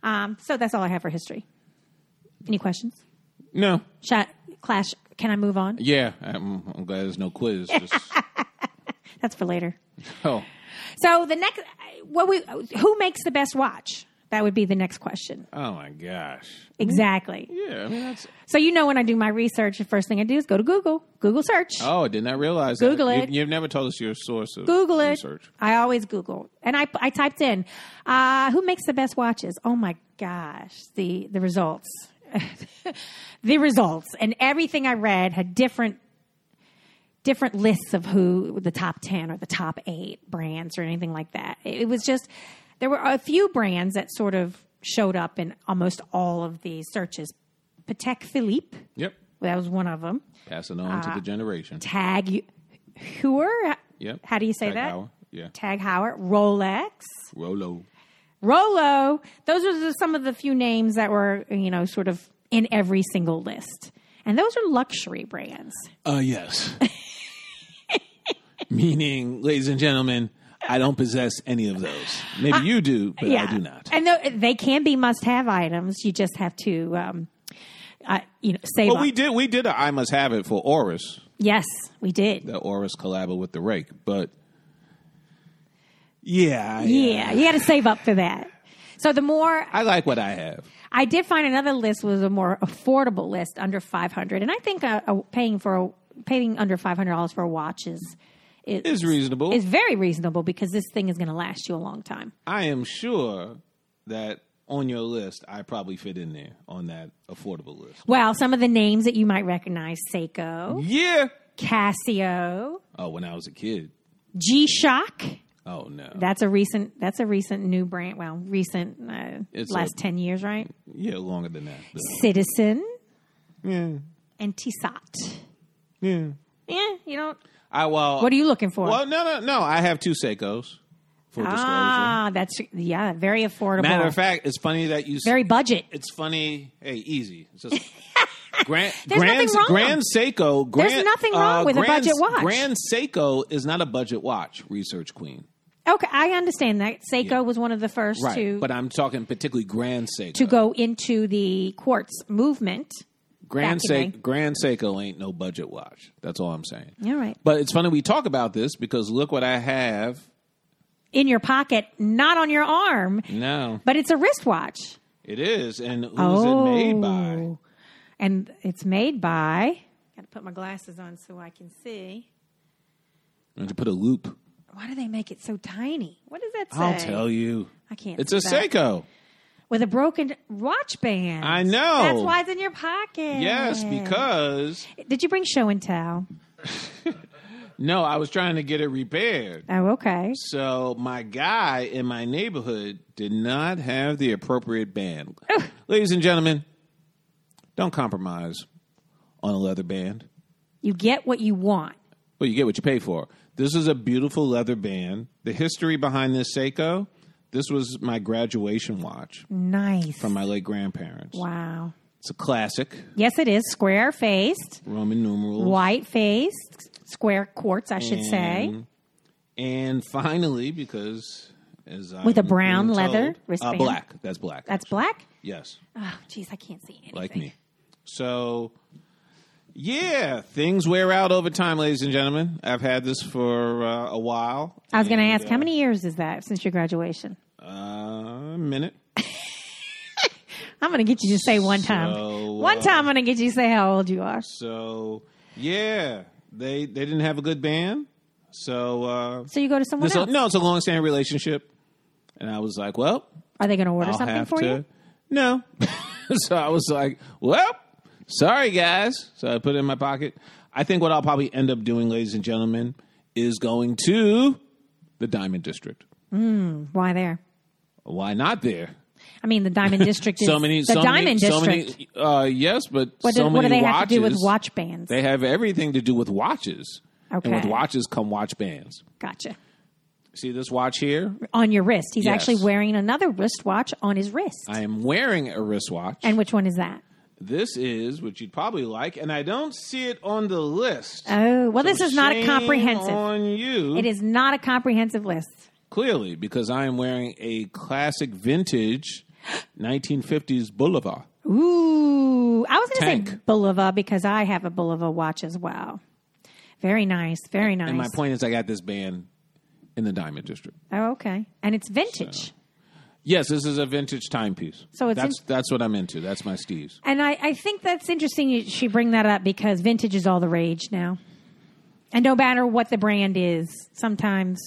Speaker 2: Um, so that's all I have for history. Any questions?
Speaker 1: No.
Speaker 2: Shot, clash. Can I move on?
Speaker 1: Yeah, I'm, I'm glad there's no quiz. Just,
Speaker 2: That's for later.
Speaker 1: oh,
Speaker 2: So the next, what we, who makes the best watch? That would be the next question.
Speaker 1: oh my gosh.
Speaker 2: Exactly.
Speaker 1: Yeah, I mean that's.
Speaker 2: So you know when I do my research, the first thing I do is go to Google, Google search,
Speaker 1: Oh, I did not realize.
Speaker 2: Google
Speaker 1: that.
Speaker 2: it.
Speaker 1: You, have never told us your source of
Speaker 2: Google it.
Speaker 1: research.
Speaker 2: I always Google, and I I typed in, uh, who makes the best watches? Oh my gosh, the the results, the results, and everything I read had different different lists of who the top 10 or the top 8 brands or anything like that. It, it was just there were a few brands that sort of showed up in almost all of the searches. Patek Philippe,
Speaker 1: Yep.
Speaker 2: that was one of them.
Speaker 1: Passing on
Speaker 2: Uh,
Speaker 1: to the generation.
Speaker 2: Tag Heuer.
Speaker 1: Yep.
Speaker 2: How do you say
Speaker 1: Tag
Speaker 2: that?
Speaker 1: Heuer, yeah.
Speaker 2: Tag Heuer, Rolex.
Speaker 1: Rolo.
Speaker 2: Rolo. Those are the- some of the few names that were, you know, sort of in every single list. And those are luxury brands.
Speaker 1: Uh, yes. Meaning, ladies and gentlemen, I don't possess any of those. Maybe you do, but I do not.
Speaker 2: And tho- they can be must-have items. You just have to, um, uh, you know, save
Speaker 1: But
Speaker 2: up.
Speaker 1: we did we did a I must have it for Oris.
Speaker 2: yes, we did.
Speaker 1: The Oris collab with the Rake, but yeah,
Speaker 2: Yeah, you got to save up for that. So the more
Speaker 1: I like what I have.
Speaker 2: I did find another list was a more affordable list under 500 and I think uh, uh, paying for a, paying under $500 for a watch is is,
Speaker 1: It's reasonable.
Speaker 2: is very reasonable because this thing is going to last you a long time.
Speaker 1: I am sure that on your list, I probably fit in there on that affordable list.
Speaker 2: Well, some of the names that you might recognize Seiko,
Speaker 1: Yeah.
Speaker 2: Casio,
Speaker 1: Oh, when I was a kid.
Speaker 2: G Shock.
Speaker 1: Oh no.
Speaker 2: That's a recent that's a recent new brand. Well, recent uh,
Speaker 1: It's
Speaker 2: last
Speaker 1: a-
Speaker 2: 10 years, right?
Speaker 1: yeah, longer than that. but-
Speaker 2: Citizen
Speaker 1: yeah.
Speaker 2: and Tissot.
Speaker 1: Yeah.
Speaker 2: Yeah, you don't
Speaker 1: I well.
Speaker 2: What are you looking for?
Speaker 1: Well, no, no, no. I have two Seikos for disclosure.
Speaker 2: ah, that's yeah, very affordable.
Speaker 1: Matter of fact, it's funny that you. s-
Speaker 2: very budget.
Speaker 1: it's funny. Hey, easy. It's just. Grand,
Speaker 2: There's
Speaker 1: Grand,
Speaker 2: nothing wrong.
Speaker 1: Grand Seiko. Grand, uh,
Speaker 2: nothing wrong with a
Speaker 1: Grand-
Speaker 2: budget watch.
Speaker 1: Grand Seiko is not a budget watch, research queen.
Speaker 2: Okay, I understand that. Seiko was one of the first
Speaker 1: Right.
Speaker 2: to
Speaker 1: but I'm talking particularly Grand Seiko.
Speaker 2: to go into the quartz movement.
Speaker 1: Grand
Speaker 2: back in
Speaker 1: Se- Grand Seiko ain't no budget watch. That's all I'm saying.
Speaker 2: All right.
Speaker 1: But it's funny we talk about this because look what I have
Speaker 2: In your pocket, not on your arm,
Speaker 1: now.
Speaker 2: but it's a wristwatch.
Speaker 1: It is, and who's it made by?
Speaker 2: Oh. And it's made by. Got to put my glasses on so I can see.
Speaker 1: And to put a loop,
Speaker 2: Why do they make it so tiny? What does that say?
Speaker 1: I'll tell you.
Speaker 2: I can't.
Speaker 1: It's a
Speaker 2: see that.
Speaker 1: Seiko.
Speaker 2: with a broken watch band.
Speaker 1: I know.
Speaker 2: That's why it's in your pocket.
Speaker 1: Yes, because
Speaker 2: Did you bring show and tell?
Speaker 1: no, I was trying to get it repaired.
Speaker 2: Oh, okay.
Speaker 1: So my guy in my neighborhood did not have the appropriate band. Ladies and gentlemen, don't compromise on a leather band.
Speaker 2: You get what you want.
Speaker 1: Well, you get what you pay for. This is a beautiful leather band. The history behind this Seiko, this was my graduation watch
Speaker 2: Nice.
Speaker 1: from my late grandparents.
Speaker 2: wow.
Speaker 1: It's a classic,
Speaker 2: Yes, it is square faced,
Speaker 1: Roman numerals.
Speaker 2: white faced, square quartz, I should
Speaker 1: Mm.
Speaker 2: say.
Speaker 1: And finally, because as I
Speaker 2: With a brown leather wristband?
Speaker 1: uh, black. That's black.
Speaker 2: That's black.
Speaker 1: yes,
Speaker 2: Oh, jeez, I can't see anything.
Speaker 1: like me. So, yeah, things wear out over time, ladies and gentlemen. I've had this for uh, a while.
Speaker 2: I was going to
Speaker 1: and,
Speaker 2: ask, how many years is that since your graduation?
Speaker 1: Uh, a minute.
Speaker 2: I'm going to get you to say one time.
Speaker 1: So,
Speaker 2: one
Speaker 1: uh,
Speaker 2: time, I'm going to get you to say how old you are.
Speaker 1: So yeah, they they didn't have a good band. So uh,
Speaker 2: So you go to someone
Speaker 1: this
Speaker 2: else.
Speaker 1: no, it's a long standing relationship, and I was like, well,
Speaker 2: Are they going to order
Speaker 1: I'll
Speaker 2: something
Speaker 1: have
Speaker 2: for
Speaker 1: to.
Speaker 2: you?
Speaker 1: No, so I was like, well, sorry guys. So I put it in my pocket. I think what I'll probably end up doing, ladies and gentlemen, is going to the Diamond District.
Speaker 2: Why there?
Speaker 1: Why not there?
Speaker 2: I mean, the Diamond District is
Speaker 1: So many,
Speaker 2: the
Speaker 1: so many,
Speaker 2: Diamond District.
Speaker 1: So many, uh, yes, but
Speaker 2: what, do,
Speaker 1: so many
Speaker 2: what do they
Speaker 1: watches,
Speaker 2: have to do with watch bands?
Speaker 1: They have everything to do with watches. And with
Speaker 2: Okay.
Speaker 1: watches come watch bands.
Speaker 2: gotcha.
Speaker 1: See this watch here?
Speaker 2: On your wrist. He's
Speaker 1: Yes.
Speaker 2: actually wearing another wristwatch on his wrist.
Speaker 1: I am wearing a wristwatch.
Speaker 2: and which one is that?
Speaker 1: this is what you'd probably like, and I don't see it on the list.
Speaker 2: Oh, well, this
Speaker 1: So
Speaker 2: is not a
Speaker 1: shame
Speaker 2: comprehensive.
Speaker 1: on you.
Speaker 2: It is not a comprehensive list.
Speaker 1: clearly because I am wearing a classic vintage 1950s Boulevard.
Speaker 2: Ooh, I was going to say
Speaker 1: Tank.
Speaker 2: Bulova because I have a Bulova watch as well. Very nice, very nice.
Speaker 1: And my point is, I got this band in the Diamond District.
Speaker 2: oh, okay, and it's vintage.
Speaker 1: Yes, this is a vintage timepiece.
Speaker 2: So it's
Speaker 1: that's
Speaker 2: in-
Speaker 1: that's what I'm into. That's my Steve's.
Speaker 2: And I, I think that's interesting you- she bring that up because vintage is all the rage now. And no matter what the brand is, sometimes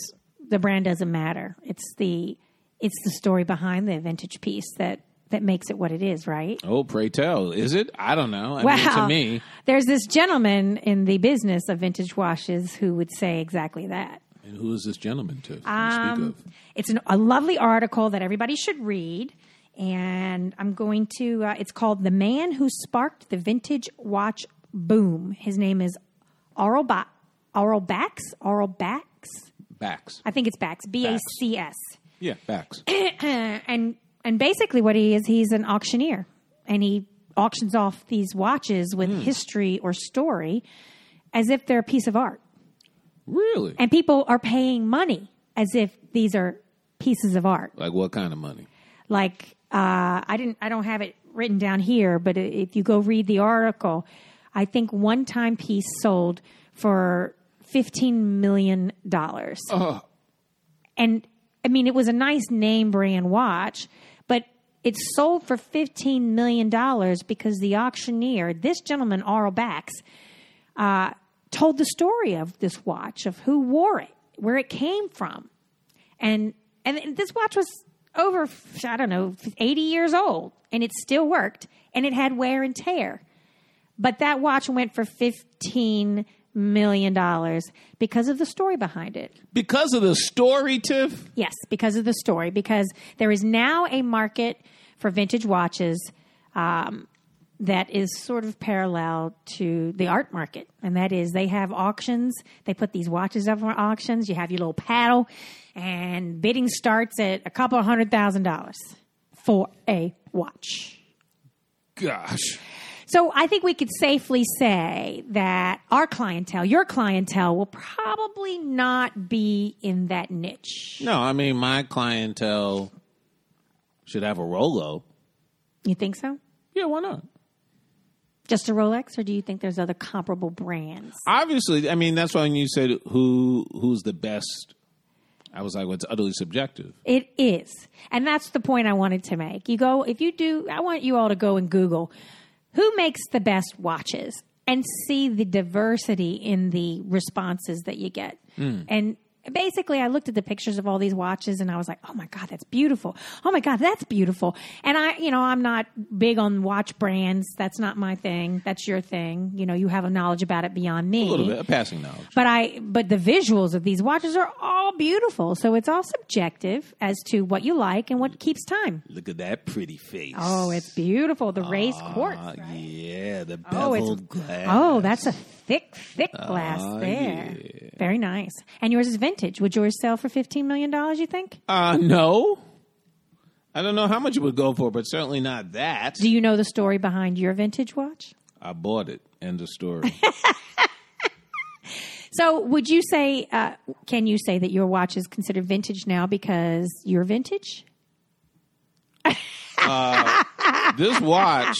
Speaker 2: the brand doesn't matter. It's the it's the story behind the vintage piece that that makes it what it is, right?
Speaker 1: Oh, pray tell. Is it? I don't know. I mean,
Speaker 2: Wow.
Speaker 1: to me,
Speaker 2: There's this gentleman in the business of vintage washes who would say exactly that.
Speaker 1: and who is this gentleman to, to
Speaker 2: Um,
Speaker 1: speak of?
Speaker 2: it's an, a lovely article that everybody should read. And I'm going to, uh, it's called The Man Who Sparked the Vintage Watch Boom. His name is Arl, ba- Arl Bax. Arl Bax.
Speaker 1: Backs.
Speaker 2: I think it's Bax. B A C S. Uh,
Speaker 1: Yeah, backs.
Speaker 2: And, and basically, what he is, he's an auctioneer. And he auctions off these watches with history or story as if they're a piece of art.
Speaker 1: really?
Speaker 2: And people are paying money as if these are pieces of art.
Speaker 1: Like what kind of money?
Speaker 2: like uh, I didn't I don't have it written down here, but i- if you go read the article, I think one time piece sold for fifteen million dollars. And I mean, it was a nice name brand watch, but it sold for fifteen million dollars because the auctioneer, this gentleman Arl Bax, uh, told the story of this watch, of who wore it, where it came from, and and this watch was over I don't know 80 years old and it still worked and it had wear and tear. But that watch went for 15 million dollars because of the story behind it.
Speaker 1: Because of the story, Tiff?
Speaker 2: Yes, because of the story because there is now a market for vintage watches um, that is sort of parallel to the art market, and that is they have auctions. They put these watches up for auctions. You have your little paddle, and bidding starts at a couple hundred thousand dollars for a watch.
Speaker 1: Gosh.
Speaker 2: So I think we could safely say that our clientele, your clientele, will probably not be in that niche.
Speaker 1: No, I mean, my clientele should have a Rolo.
Speaker 2: You think so?
Speaker 1: Yeah, why not?
Speaker 2: Just a Rolex, or do you think there's other comparable brands?
Speaker 1: Obviously, I mean, that's why when you said who who's the best, I was like, well, it's utterly subjective.
Speaker 2: It is. And that's the point I wanted to make. You go, if you do, I want you all to go and Google who makes the best watches and see the diversity in the responses that you get.
Speaker 1: Hmm.
Speaker 2: And basically, I looked at the pictures of all these watches and I was like, oh my God, that's beautiful. Oh my God, that's beautiful. And I, you know, I'm not big on watch brands. That's not my thing. That's your thing. You know, you have a knowledge about it beyond me
Speaker 1: A little bit, a passing knowledge.
Speaker 2: but I but the visuals of these watches are all beautiful. So it's all subjective as to what you like and what keeps time.
Speaker 1: Look at that pretty face.
Speaker 2: Oh, it's beautiful. The raised quartz.
Speaker 1: Ah,
Speaker 2: right?
Speaker 1: yeah, the
Speaker 2: Oh, it's-
Speaker 1: beveled glass.
Speaker 2: Oh, that's a thick, thick glass
Speaker 1: Ah,
Speaker 2: there. Very nice. And yours is vintage. Would yours sell for fifteen million dollars? You think?
Speaker 1: Uh, no. I don't know how much it would go for, but certainly not that.
Speaker 2: Do you know the story behind your vintage watch?
Speaker 1: I bought it. End of story.
Speaker 2: So, would you say? Uh, can you say that your watch is considered vintage now because you're vintage?
Speaker 1: this watch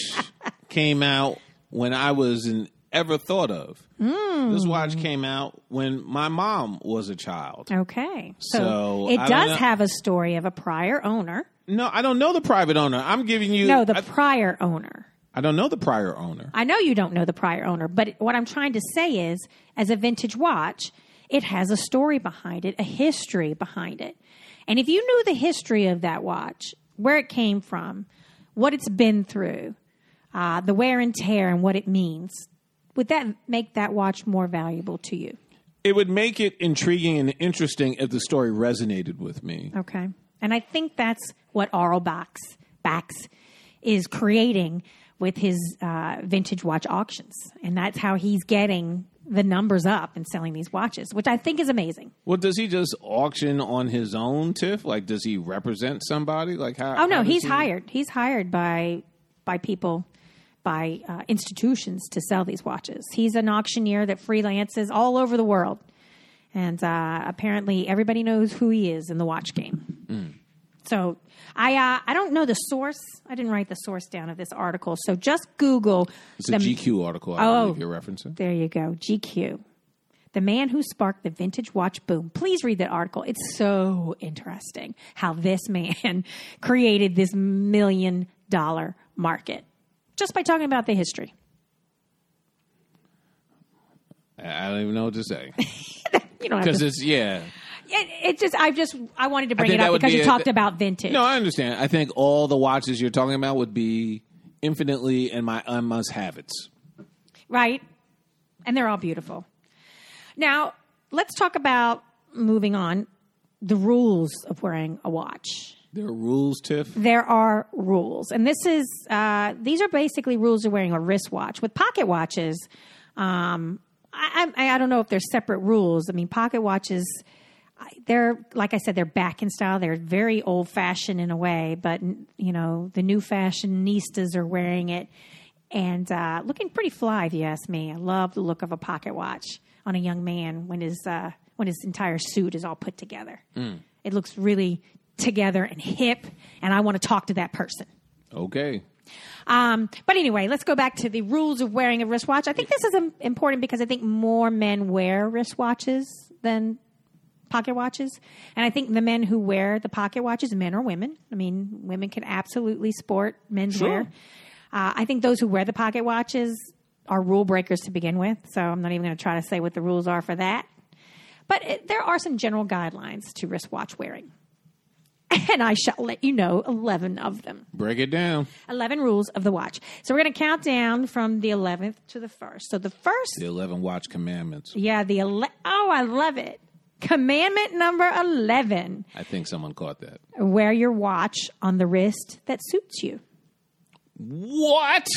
Speaker 1: came out when I was in ever thought of.
Speaker 2: Hmm.
Speaker 1: This watch came out when my mom was a child.
Speaker 2: Okay. So,
Speaker 1: So,
Speaker 2: it
Speaker 1: I don't know-
Speaker 2: does have a story of a prior owner.
Speaker 1: No, I don't know the private owner. I'm giving you.
Speaker 2: No, the
Speaker 1: I,
Speaker 2: prior owner.
Speaker 1: I don't know the prior owner.
Speaker 2: I know you don't know the prior owner, but what I'm trying to say is as a vintage watch, it has a story behind it, a history behind it. And if you knew the history of that watch, where it came from, what it's been through, uh, the wear and tear, and what it means, would that make that watch more valuable to you?
Speaker 1: It would make it intriguing and interesting if the story resonated with me.
Speaker 2: Okay. And I think that's what Arl Bax, Bax is creating with his uh, vintage watch auctions. And that's how he's getting the numbers up and selling these watches, which I think is amazing.
Speaker 1: Well, does he just auction on his own, Tiff? Like, does he represent somebody? Like, how?
Speaker 2: Oh,
Speaker 1: uh,
Speaker 2: no,
Speaker 1: how does
Speaker 2: he's
Speaker 1: he-
Speaker 2: hired. He's hired by, by people, by uh, institutions to sell these watches. He's an auctioneer that freelances all over the world. And uh, apparently, everybody knows who he is in the watch game.
Speaker 1: Hmm.
Speaker 2: So I uh, I don't know the source. I didn't write the source down of this article. So just Google.
Speaker 1: It's a
Speaker 2: the-
Speaker 1: GQ article. I
Speaker 2: Oh.
Speaker 1: believe you're referencing.
Speaker 2: There you go. GQ. The man who sparked the vintage watch boom. Please read that article. It's so interesting how this man created this million dollar market just by talking about the history.
Speaker 1: I I don't even know what to say
Speaker 2: You don't have
Speaker 1: because
Speaker 2: to.
Speaker 1: it's yeah.
Speaker 2: it, it just I just I wanted to bring
Speaker 1: think
Speaker 2: it
Speaker 1: that
Speaker 2: up
Speaker 1: would
Speaker 2: because
Speaker 1: be
Speaker 2: you
Speaker 1: a-
Speaker 2: talked about vintage.
Speaker 1: No, I understand. I think all the watches you're talking about would be infinitely in my I must have it's.
Speaker 2: right? And they're all beautiful. Now, let's talk about moving on the rules of wearing a watch.
Speaker 1: There are rules, Tiff.
Speaker 2: There are rules, and this is uh, these are basically rules of wearing a wristwatch. With pocket watches, um, I, I, I don't know if they're separate rules. I mean, pocket watches. I- They're like I said, they're back in style. They're very old fashioned in a way, but you know the new fashion nistas are wearing it and uh, looking pretty fly, if you ask me. I love the look of a pocket watch on a young man when his uh, when his entire suit is all put together. It looks really together and hip, and I want to talk to that person.
Speaker 1: Okay.
Speaker 2: Um, but anyway, let's go back to the rules of wearing a wristwatch. I think this is um, important because I think more men wear wristwatches than pocket watches. And I think the men who wear the pocket watches, men or women, I mean, women can absolutely sport men's
Speaker 1: Sure.
Speaker 2: wear. Uh, I think those who wear the pocket watches are rule breakers to begin with. So I'm not even going to try to say what the rules are for that. But it, there are some general guidelines to wristwatch wearing. And I shall let you know 11 of them.
Speaker 1: Break it down.
Speaker 2: 11 rules of the watch. So we're going to count down from the 11th to the 1st. So the first,
Speaker 1: The 11 watch commandments.
Speaker 2: yeah, the 11, oh, I love it. Commandment number 11
Speaker 1: I think someone caught that.
Speaker 2: wear your watch on the wrist that suits you.
Speaker 1: What?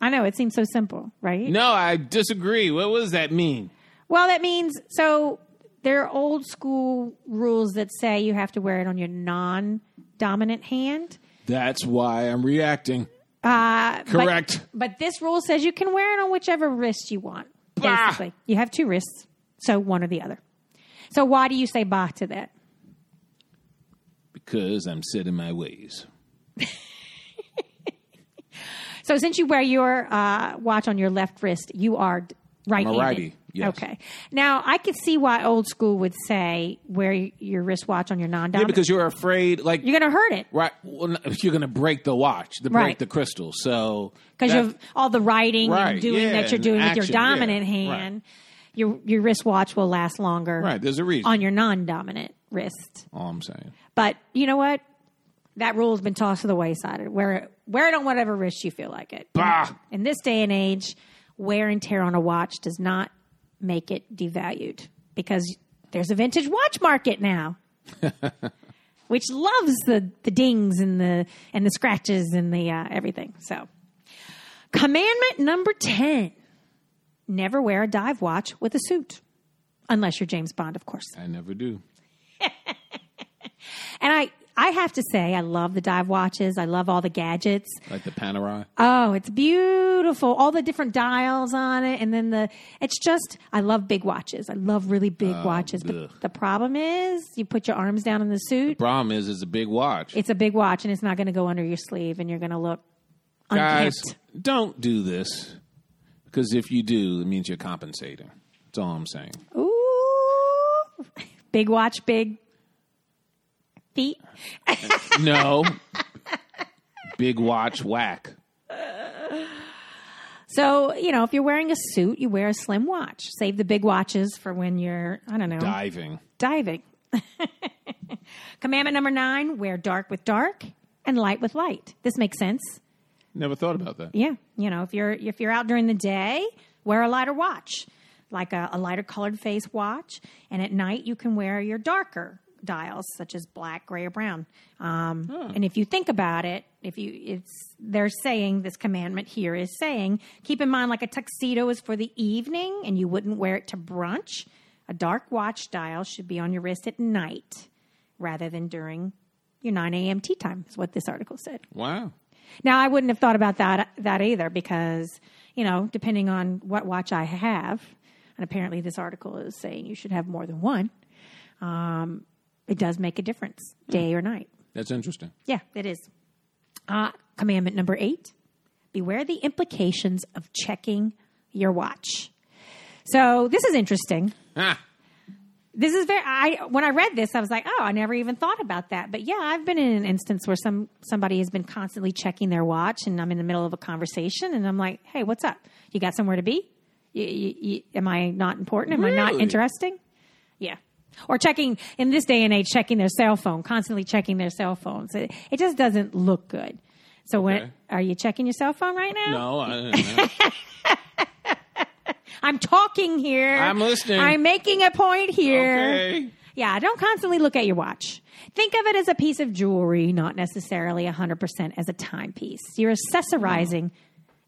Speaker 2: I know it seems so simple, right?
Speaker 1: No, I disagree. What, what does that mean?
Speaker 2: Well, that means so there are old school rules that say you have to wear it on your non dominant hand.
Speaker 1: That's why I'm reacting.
Speaker 2: Uh, but-
Speaker 1: Correct.
Speaker 2: But this rule says you can wear it on whichever wrist you want.
Speaker 1: Bah.
Speaker 2: Basically, you have two wrists, so one or the other. So why do you say "bah" to that?
Speaker 1: because I'm set in my ways.
Speaker 2: So since you wear your uh, watch on your left wrist, you are right.
Speaker 1: righty, yes.
Speaker 2: Okay. Now I could see why old school would say wear your wristwatch on your
Speaker 1: Yeah,
Speaker 2: non-dominant.
Speaker 1: because you're afraid, like,
Speaker 2: you're going to hurt it
Speaker 1: right, well, n- you're going to break the watch, the break
Speaker 2: Right.
Speaker 1: the crystal. So,
Speaker 2: because
Speaker 1: that-
Speaker 2: of all the writing
Speaker 1: Right,
Speaker 2: and doing
Speaker 1: yeah,
Speaker 2: that you're
Speaker 1: and
Speaker 2: doing with
Speaker 1: action,
Speaker 2: your
Speaker 1: yeah,
Speaker 2: dominant
Speaker 1: right.
Speaker 2: hand. Your your wristwatch will last longer
Speaker 1: right, there's a reason.
Speaker 2: on your non-dominant wrist.
Speaker 1: all I'm saying.
Speaker 2: But you know what? That rule has been tossed to the wayside. Wear it, wear it on whatever wrist you feel like it.
Speaker 1: Bah!
Speaker 2: In this day and age, wear and tear on a watch does not make it devalued because there's a vintage watch market now, which loves the, the dings and the and the scratches and the uh, everything. So, commandment number ten: never wear a dive watch with a suit, unless you're James Bond, of course.
Speaker 1: I never do.
Speaker 2: And I, I have to say, I love the dive watches. I love all the gadgets.
Speaker 1: Like the Panerai.
Speaker 2: Oh, it's beautiful. All the different dials on it. And then the, it's just, I love big watches. I love really big watches.
Speaker 1: ugh.
Speaker 2: But the problem is, you put your arms down in the suit,
Speaker 1: Problem is, it's a big watch.
Speaker 2: it's a big watch and it's not going to go under your sleeve and you're going to look
Speaker 1: Guys,
Speaker 2: unkempt.
Speaker 1: don't do this because if you do, it means you're compensating. That's all I'm saying.
Speaker 2: Ooh. Big watch, big feet.
Speaker 1: No. big watch whack.
Speaker 2: So, you know, if you're wearing a suit, you wear a slim watch. Save the big watches for when you're, I don't know.
Speaker 1: Diving.
Speaker 2: diving. Commandment number nine wear dark with dark and light with light. This makes sense.
Speaker 1: Never thought about that.
Speaker 2: Yeah. You know, if you're if you're out during the day, wear a lighter watch, like a, a lighter colored face watch. And at night you can wear your darker dials, such as black, gray, or brown. Um, and if you think about it, if you it's they're saying this commandment here is saying, keep in mind like a tuxedo is for the evening and you wouldn't wear it to brunch. A dark watch dial should be on your wrist at night rather than during your 9 a.m. tea time, is what this article said.
Speaker 1: Wow.
Speaker 2: Now I wouldn't have thought about that that either because you know depending on what watch I have, and apparently this article is saying you should have more than one. Um, it does make a difference, day or night.
Speaker 1: That's interesting.
Speaker 2: Yeah, it is. Uh, commandment number eight beware the implications of checking your watch. So, this is interesting.
Speaker 1: Ah,
Speaker 2: This is very. I when I read this, I was like, "Oh, I never even thought about that." But yeah, I've been in an instance where some somebody has been constantly checking their watch, and I'm in the middle of a conversation, and I'm like, "Hey, what's up? You got somewhere to be? You, you, you, am I not important? Am I not
Speaker 1: Really?
Speaker 2: interesting?" Yeah, Or checking in this day and age, checking their cell phone, constantly checking their cell phones. It, it just doesn't look good. So when
Speaker 1: Okay.
Speaker 2: are you checking your cell phone right now?
Speaker 1: No, I don't know.
Speaker 2: I'm talking here.
Speaker 1: I'm listening.
Speaker 2: I'm making a point here.
Speaker 1: okay.
Speaker 2: Yeah, don't constantly look at your watch. Think of it as a piece of jewelry, not necessarily 100% as a timepiece. You're accessorizing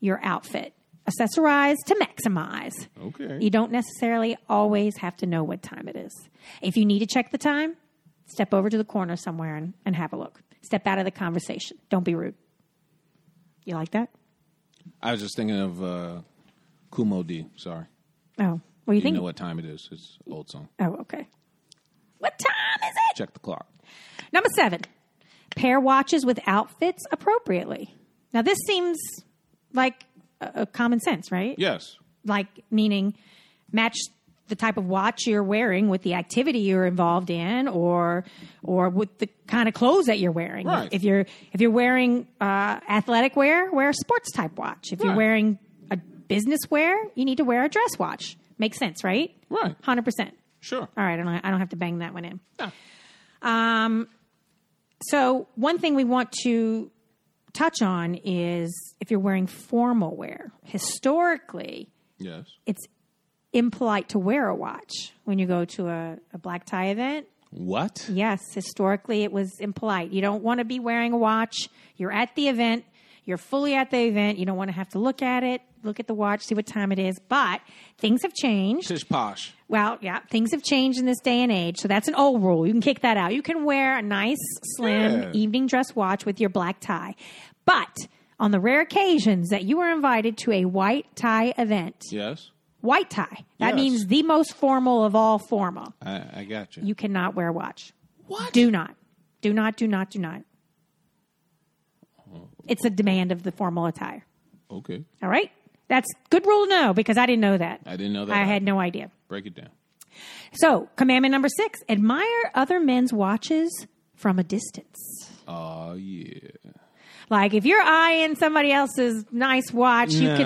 Speaker 2: your outfit. Accessorize to maximize.
Speaker 1: Okay.
Speaker 2: You don't necessarily always have to know what time it is. If you need to check the time, step over to the corner somewhere and, and have a look. Step out of the conversation. Don't be rude. You like that?
Speaker 1: I was just thinking of uh, Kumo D. Sorry.
Speaker 2: Oh, what do you
Speaker 1: You
Speaker 2: think?
Speaker 1: know what time it is. It's an old song.
Speaker 2: Oh, okay. What time is it?
Speaker 1: Check the clock.
Speaker 2: Number seven, pair watches with outfits appropriately. Now, this seems like a, a common sense, right?
Speaker 1: Yes.
Speaker 2: Like, meaning match the type of watch you're wearing with the activity you're involved in or or with the kind of clothes that you're wearing
Speaker 1: Right.
Speaker 2: if you're if you're wearing uh, athletic wear wear a sports type watch if you're
Speaker 1: Right.
Speaker 2: wearing a business wear you need to wear a dress watch makes sense right
Speaker 1: Right.
Speaker 2: 100%
Speaker 1: Sure.
Speaker 2: all right i don't, I don't have to bang that one in
Speaker 1: Yeah.
Speaker 2: so, one thing we want to touch on is if you're wearing formal wear. Historically,
Speaker 1: Yes.
Speaker 2: it's impolite to wear a watch when you go to a, a black tie event.
Speaker 1: What?
Speaker 2: Yes, historically, it was impolite. You don't want to be wearing a watch. You're at the event, you're fully at the event. You don't want to have to look at it, look at the watch, see what time it is. But things have changed.
Speaker 1: Tish Posh.
Speaker 2: Well, yeah, things have changed in this day and age. So that's an old rule. You can kick that out. You can wear a nice, slim
Speaker 1: Yeah.
Speaker 2: evening dress watch with your black tie. But on the rare occasions that you are invited to a white tie event,
Speaker 1: Yes.
Speaker 2: white tie,
Speaker 1: Yes.
Speaker 2: that means the most formal of all formal,
Speaker 1: I, I got you.
Speaker 2: you cannot wear a watch.
Speaker 1: What?
Speaker 2: Do not. Do not, do not, do not. It's a demand of the formal attire.
Speaker 1: Okay.
Speaker 2: All right? That's good rule to know because I didn't know that.
Speaker 1: I didn't know that.
Speaker 2: I had no idea.
Speaker 1: Break it down.
Speaker 2: So, commandment number six admire other men's watches from a distance.
Speaker 1: Oh, yeah.
Speaker 2: Like if you're eyeing somebody else's nice watch, you
Speaker 1: No, I
Speaker 2: can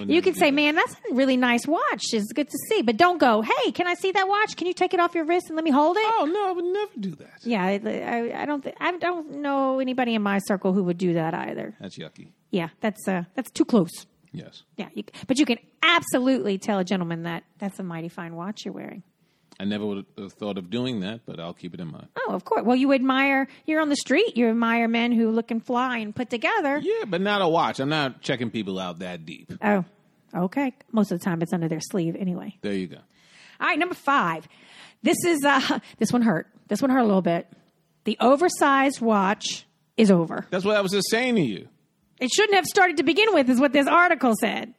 Speaker 1: would
Speaker 2: you
Speaker 1: never
Speaker 2: can
Speaker 1: do
Speaker 2: say,
Speaker 1: that.
Speaker 2: "Man, that's a really nice watch. It's good to see." But don't go, "Hey, can I see that watch? Can you take it off your wrist and let me hold it?"
Speaker 1: Oh, no, I would never do that.
Speaker 2: Yeah, I, I, I don't th- I don't know anybody in my circle who would do that either.
Speaker 1: That's yucky.
Speaker 2: Yeah, that's uh that's too close.
Speaker 1: Yes.
Speaker 2: Yeah, you, c- but you can absolutely tell a gentleman that that's a mighty fine watch you're wearing.
Speaker 1: I never would have thought of doing that, but I'll keep it in mind.
Speaker 2: Oh, of course. Well, you admire. You're on the street. You admire men who look and fly and put together.
Speaker 1: Yeah, but not a watch. I'm not checking people out that deep.
Speaker 2: Oh, okay. Most of the time, it's under their sleeve anyway.
Speaker 1: There you go.
Speaker 2: All right, number five. This is uh, this one hurt. This one hurt a little bit. The oversized watch is over.
Speaker 1: That's what I was just saying to you.
Speaker 2: It shouldn't have started to begin with, is what this article said.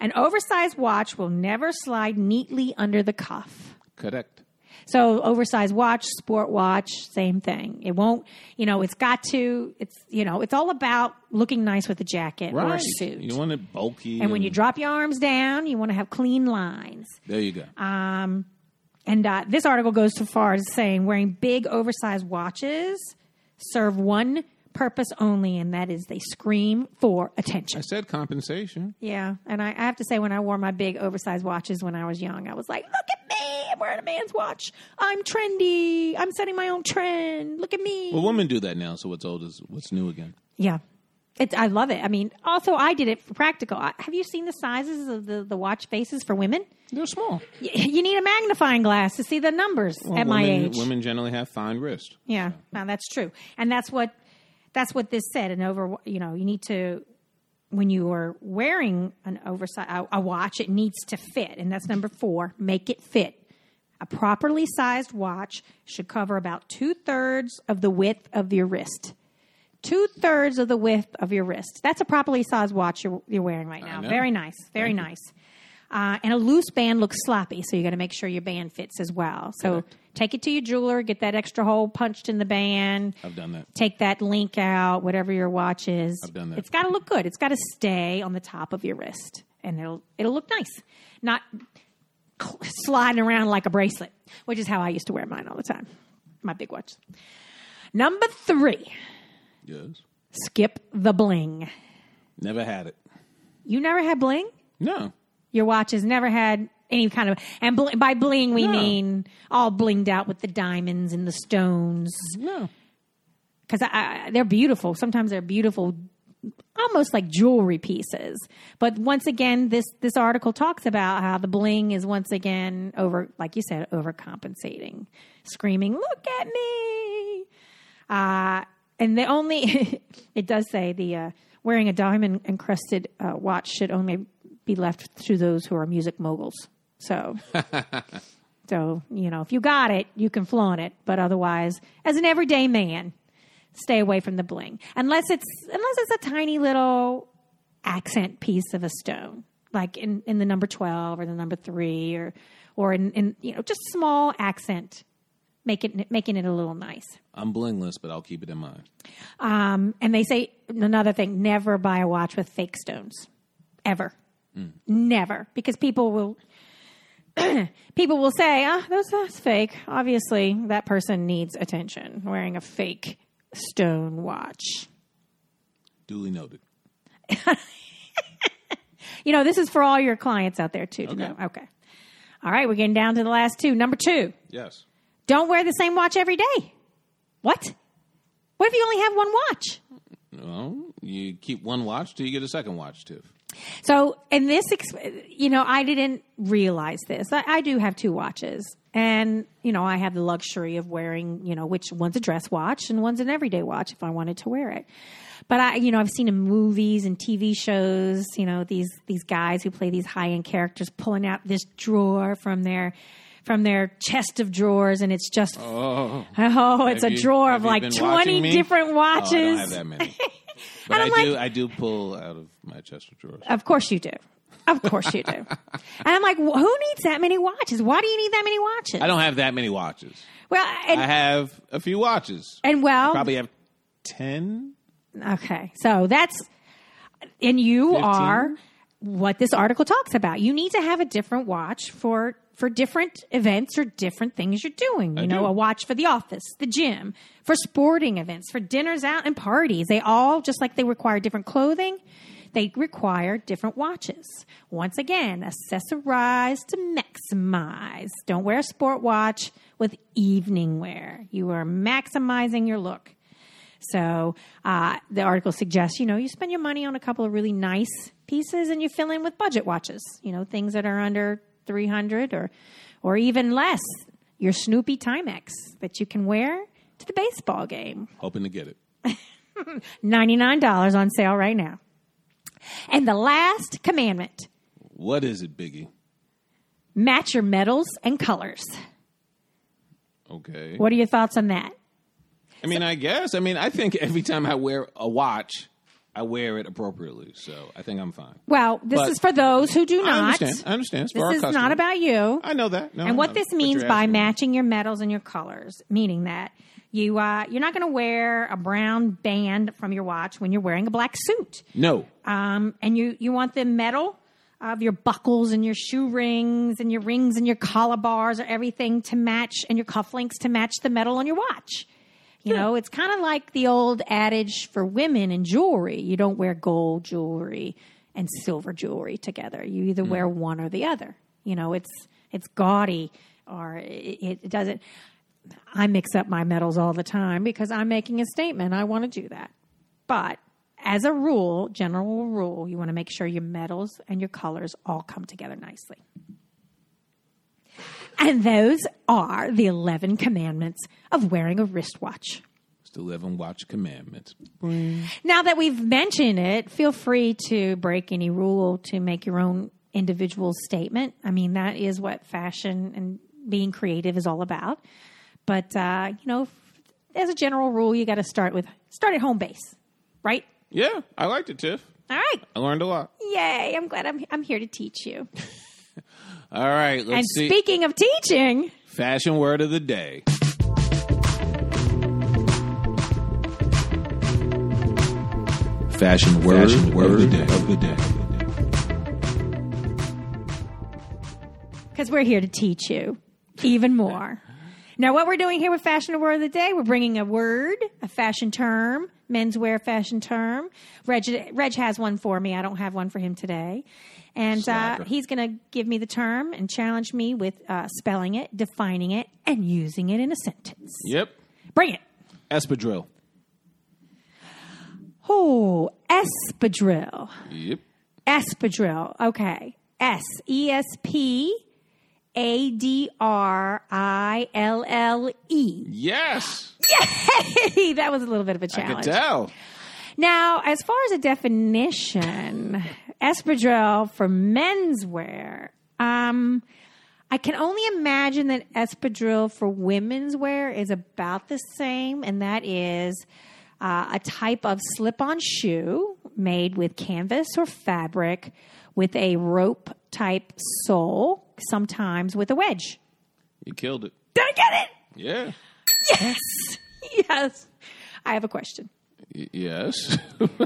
Speaker 2: An oversized watch will never slide neatly under the cuff.
Speaker 1: Correct.
Speaker 2: So oversized watch, sport watch, same thing. It won't, you know, it's got to, it's, you know, it's all about looking nice with a jacket or a suit.
Speaker 1: You want it bulky.
Speaker 2: and when you drop your arms down, you want to have clean lines.
Speaker 1: There you go.
Speaker 2: Uh, And uh, this article goes too far as saying wearing big, oversized watches serve one purpose only, and that is they scream for
Speaker 1: I
Speaker 2: attention.
Speaker 1: said compensation.
Speaker 2: Yeah. And I, I have to say, when I wore my big, oversized watches when I was young, I was like, look at me. I'm wearing a man's watch. I'm trendy. I'm setting my own trend. Look at me.
Speaker 1: Well, women do that now, so what's old is what's new again.
Speaker 2: yeah. It's, I love it. I mean, also, I did it for practical. I, have you seen the sizes of the, the watch faces for women?
Speaker 1: They're small.
Speaker 2: Y- you need a magnifying glass to see the numbers at
Speaker 1: women,
Speaker 2: my age.
Speaker 1: Women generally have fine wrists.
Speaker 2: Yeah, no, that's true, and that's what that's what this said. And over, you know, you need to when you are wearing an oversized a, a watch, it needs to fit, and that's number four. Make it fit. A properly sized watch should cover about two thirds of the width of your wrist. Two thirds of the width of your wrist. That's a properly sized watch you're, you're wearing right now.
Speaker 1: know.
Speaker 2: Very nice. Very nice. Uh, and a loose band looks sloppy, so you got to make sure your band fits as well. So take it to your jeweler, get that extra hole punched in the band,
Speaker 1: I've done that.
Speaker 2: take that link out, whatever your watch is. I've
Speaker 1: done that.
Speaker 2: It's got to look good. It's got to stay on the top of your wrist, and it'll it'll look nice, not cl- sliding around like a bracelet, which is how I used to wear mine all the time. My big watch. Number three,
Speaker 1: Yes.
Speaker 2: skip the bling.
Speaker 1: Never had it.
Speaker 2: You never had bling.
Speaker 1: No.
Speaker 2: Your watch has never had any kind of and bl- by bling we
Speaker 1: No.
Speaker 2: mean all blinged out with the diamonds and the stones
Speaker 1: No.
Speaker 2: because I, I, they're beautiful. Sometimes they're beautiful, almost like jewelry pieces. But once again, this this article talks about how the bling is once again over, like you said, overcompensating, screaming, "Look at me!" Uh, and the only it does say the uh, wearing a diamond encrusted uh, watch should only be left to those who are music moguls. So. So, you know, if you got it, you can flaunt it. But otherwise, as an everyday man, stay away from the bling unless it's unless it's a tiny little accent piece of a stone like in, in the number 12 or the number 3 or or in, in you know just small accent make it making it a little nice
Speaker 1: I'm blingless, but I'll keep it in mind.
Speaker 2: um, and they say another thing never buy a watch with fake stones ever never because people will people will say ah those that's fake obviously that person needs attention wearing a fake stone watch
Speaker 1: Duly noted.
Speaker 2: You know, this is for all your clients out there too. To
Speaker 1: Okay.
Speaker 2: know. okay. All right, we're getting down to the last two. Number two,
Speaker 1: Yes.
Speaker 2: don't wear the same watch every day. What? What if you only have one watch?
Speaker 1: Well, you keep one watch till you get a second watch, Tiff.
Speaker 2: So, in this, ex- you know, I didn't realize this. I, I do have two watches, and you know, I have the luxury of wearing, you know, which one's a dress watch and one's an everyday watch if I wanted to wear it. But I, you know, I've seen in movies and TV shows, you know, these these guys who play these high end characters pulling out this drawer from their from their chest of drawers, and it's just oh, it's
Speaker 1: Have
Speaker 2: a
Speaker 1: you-
Speaker 2: drawer
Speaker 1: have
Speaker 2: of
Speaker 1: you
Speaker 2: like
Speaker 1: been
Speaker 2: twenty
Speaker 1: watching me?
Speaker 2: different
Speaker 1: Oh,
Speaker 2: watches.
Speaker 1: I don't have that many. But I
Speaker 2: I'm
Speaker 1: do. I do pull out of my chest of drawers.
Speaker 2: Of course you do. Of course you do. and I'm like, wh- who needs that many watches? Why do you need that many watches?
Speaker 1: I don't have that many watches.
Speaker 2: Well, and,
Speaker 1: I have a few watches.
Speaker 2: and well,
Speaker 1: Probably have ten.
Speaker 2: okay. So that's, and you
Speaker 1: 15?
Speaker 2: are what this article talks about. You need to have a different watch for for different events or different things you're doing. You know,
Speaker 1: do.
Speaker 2: a watch for the office, the gym, for sporting events, for dinners out and parties. They all just like they require different clothing. They require different watches. Once again, accessorize to maximize. Don't wear a sport watch with evening wear. You are maximizing your look. So uh, the article suggests, you know, you spend your money on a couple of really nice pieces and you fill in with budget watches, you know, things that are under 300 or, or even less. Your Snoopy Timex that you can wear to the baseball game.
Speaker 1: Hoping to get it.
Speaker 2: $99 on sale right now. And the last commandment
Speaker 1: What is it, Biggie?
Speaker 2: match your metals and colors.
Speaker 1: Okay.
Speaker 2: What are your thoughts on that?
Speaker 1: I mean, I guess. I mean, I think every time I wear a watch, I wear it appropriately. So I think I'm fine.
Speaker 2: Well, this
Speaker 1: But-
Speaker 2: is for those who do
Speaker 1: I
Speaker 2: not.
Speaker 1: understand. I understand. It's for our
Speaker 2: This is
Speaker 1: customer.
Speaker 2: not about you.
Speaker 1: I know that. No,
Speaker 2: And
Speaker 1: I
Speaker 2: what
Speaker 1: know.
Speaker 2: this
Speaker 1: But
Speaker 2: means
Speaker 1: you're
Speaker 2: by
Speaker 1: asking me.
Speaker 2: matching your metals and your colors, meaning that you uh, you're not going to wear a brown band from your watch when you're wearing a black suit,
Speaker 1: No.
Speaker 2: um, and you you want the metal of your buckles and your shoe rings and your rings and your collar bars or everything to match, and your cufflinks to match the metal on your watch. You know, it's kind of like the old adage for women in jewelry: you don't wear gold jewelry and silver jewelry together. You either wear one or the other. You know, it's it's gaudy or it, it doesn't. I mix up my metals all the time because I'm making a statement. I want to do that, but as a rule, general rule, you want to make sure your metals and your colors all come together nicely. And those are the 11 commandments of wearing a wristwatch.
Speaker 1: It's the live and watch commandments.
Speaker 2: Now that we've mentioned it, feel free to break any rule to make your own individual statement. I mean, that is what fashion and being creative is all about. But, uh, you know, as a general rule, you got to start with start at home base, right?
Speaker 1: Yeah, I liked it, Tiff.
Speaker 2: All right.
Speaker 1: I learned a lot.
Speaker 2: Yay, I'm glad I'm, I'm here to teach you.
Speaker 1: All right, let's
Speaker 2: And
Speaker 1: see.
Speaker 2: speaking of teaching,
Speaker 1: Fashion word of the day. Fashion word, word of the day. Of the day.
Speaker 2: because we're here to teach you even more. Now, what we're doing here with Fashion Word of the Day, we're bringing a word, a fashion term menswear fashion term. Reg, Reg has one for me. I don't have one for him today. And uh,
Speaker 1: Slacker.
Speaker 2: he's going to give me the term and challenge me with uh, spelling it, defining it, and using it in a sentence.
Speaker 1: Yep.
Speaker 2: Bring it.
Speaker 1: Espadrille.
Speaker 2: Oh, espadrille.
Speaker 1: Yep.
Speaker 2: Espadrille. Okay. S E S P A D R I L L E.
Speaker 1: Yes.
Speaker 2: That was a little bit of a
Speaker 1: I could
Speaker 2: challenge.
Speaker 1: tell.
Speaker 2: Now, as far as a definition, espadrille for menswear, um, I can only imagine that espadrille for women's wear is about the same, and that is uh, a type of slip on shoe made with canvas or fabric with a rope type sole, sometimes with a wedge.
Speaker 1: You killed it.
Speaker 2: Did I get it?
Speaker 1: Yeah.
Speaker 2: Yes. Yes. I have a question.
Speaker 1: Y- yes.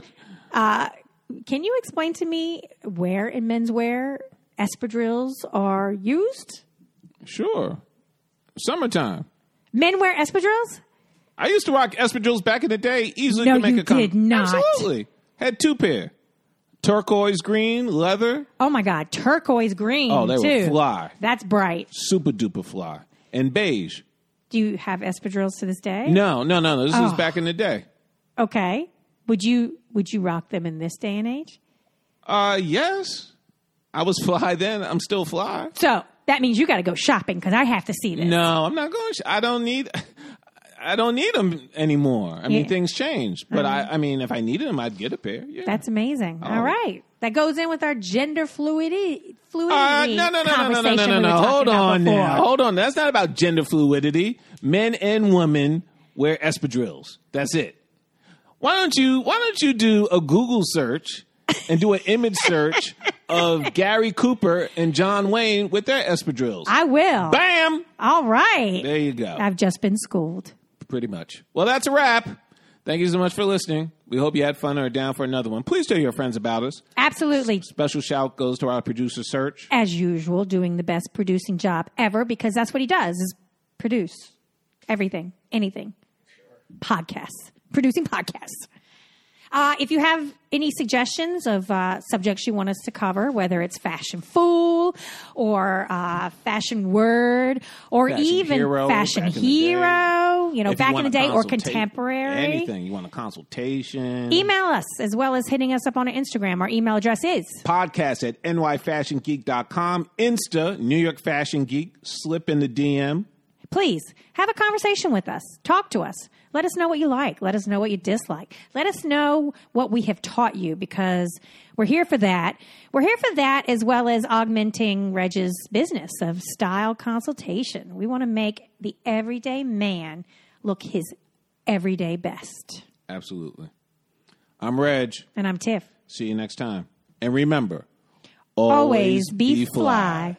Speaker 2: Can you explain to me where in menswear espadrilles are used?
Speaker 1: sure. Summertime.
Speaker 2: Men wear espadrilles?
Speaker 1: I used to rock espadrilles back in the day. Easily
Speaker 2: No,
Speaker 1: could make
Speaker 2: you
Speaker 1: a com-
Speaker 2: did not.
Speaker 1: Absolutely. Had two pair. Turquoise green, leather,
Speaker 2: Oh my God, turquoise green.
Speaker 1: Oh, they were
Speaker 2: too.
Speaker 1: fly.
Speaker 2: That's bright.
Speaker 1: super duper fly, and beige.
Speaker 2: Do you have espadrilles to this day?
Speaker 1: No, no, no, no. This was
Speaker 2: Oh.
Speaker 1: back in the day.
Speaker 2: Okay. Would you would you rock them in this day and age?
Speaker 1: Uh, yes. I was fly then. I'm still fly.
Speaker 2: So that means you got to go shopping because I have to see this.
Speaker 1: No, I'm not going. sh- I don't need. I don't need them anymore. I mean,
Speaker 2: Yeah. Uh-huh.
Speaker 1: things change. But I, I mean, if I needed them, I'd get a pair. Yeah.
Speaker 2: That's
Speaker 1: Oh.
Speaker 2: amazing. All right, that goes in with our gender fluidity
Speaker 1: Uh,
Speaker 2: fluidity
Speaker 1: no, no, no, no, no,
Speaker 2: conversation
Speaker 1: no, no, no,
Speaker 2: we were
Speaker 1: no.
Speaker 2: talking
Speaker 1: Hold
Speaker 2: about
Speaker 1: on
Speaker 2: before.
Speaker 1: now. Hold on. That's not about gender fluidity. Men and women wear espadrilles. That's it. Why don't you Why don't you do a Google search and do an image search of Gary Cooper and John Wayne with their espadrilles?
Speaker 2: I will.
Speaker 1: Bam!
Speaker 2: All right.
Speaker 1: There you go.
Speaker 2: I've just been schooled.
Speaker 1: Pretty much. Well, that's a wrap. Thank you so much for listening. We hope you had fun or are down for another one. Please tell your friends about us.
Speaker 2: Absolutely.
Speaker 1: Special shout goes to our producer, Search.
Speaker 2: As usual, doing the best producing job ever because that's what he does is produce everything, anything. Podcasts. Producing podcasts. Uh, if you have any suggestions of uh, subjects you want us to cover, whether it's fashion fool or uh, fashion word or
Speaker 1: Fashion
Speaker 2: even
Speaker 1: hero,
Speaker 2: fashion
Speaker 1: back in the
Speaker 2: hero, you know,
Speaker 1: If you
Speaker 2: back in
Speaker 1: want
Speaker 2: the
Speaker 1: a
Speaker 2: day or
Speaker 1: consulta-
Speaker 2: contemporary.
Speaker 1: Anything. You want a consultation.
Speaker 2: Email us as well as hitting us up on Instagram. Our email address is
Speaker 1: podcast at nyfashiongeek.com. Insta, New York Fashion Geek. Slip in the DM.
Speaker 2: Please have a conversation with us. Talk to us. Let us know what you like. Let us know what you dislike. Let us know what we have taught you because we're here for that. We're here for that as well as augmenting Reg's business of style consultation. We want to make the everyday man look his everyday best.
Speaker 1: Absolutely. I'm Reg.
Speaker 2: And I'm Tiff.
Speaker 1: See you next time. And remember,
Speaker 2: Always, be, fly.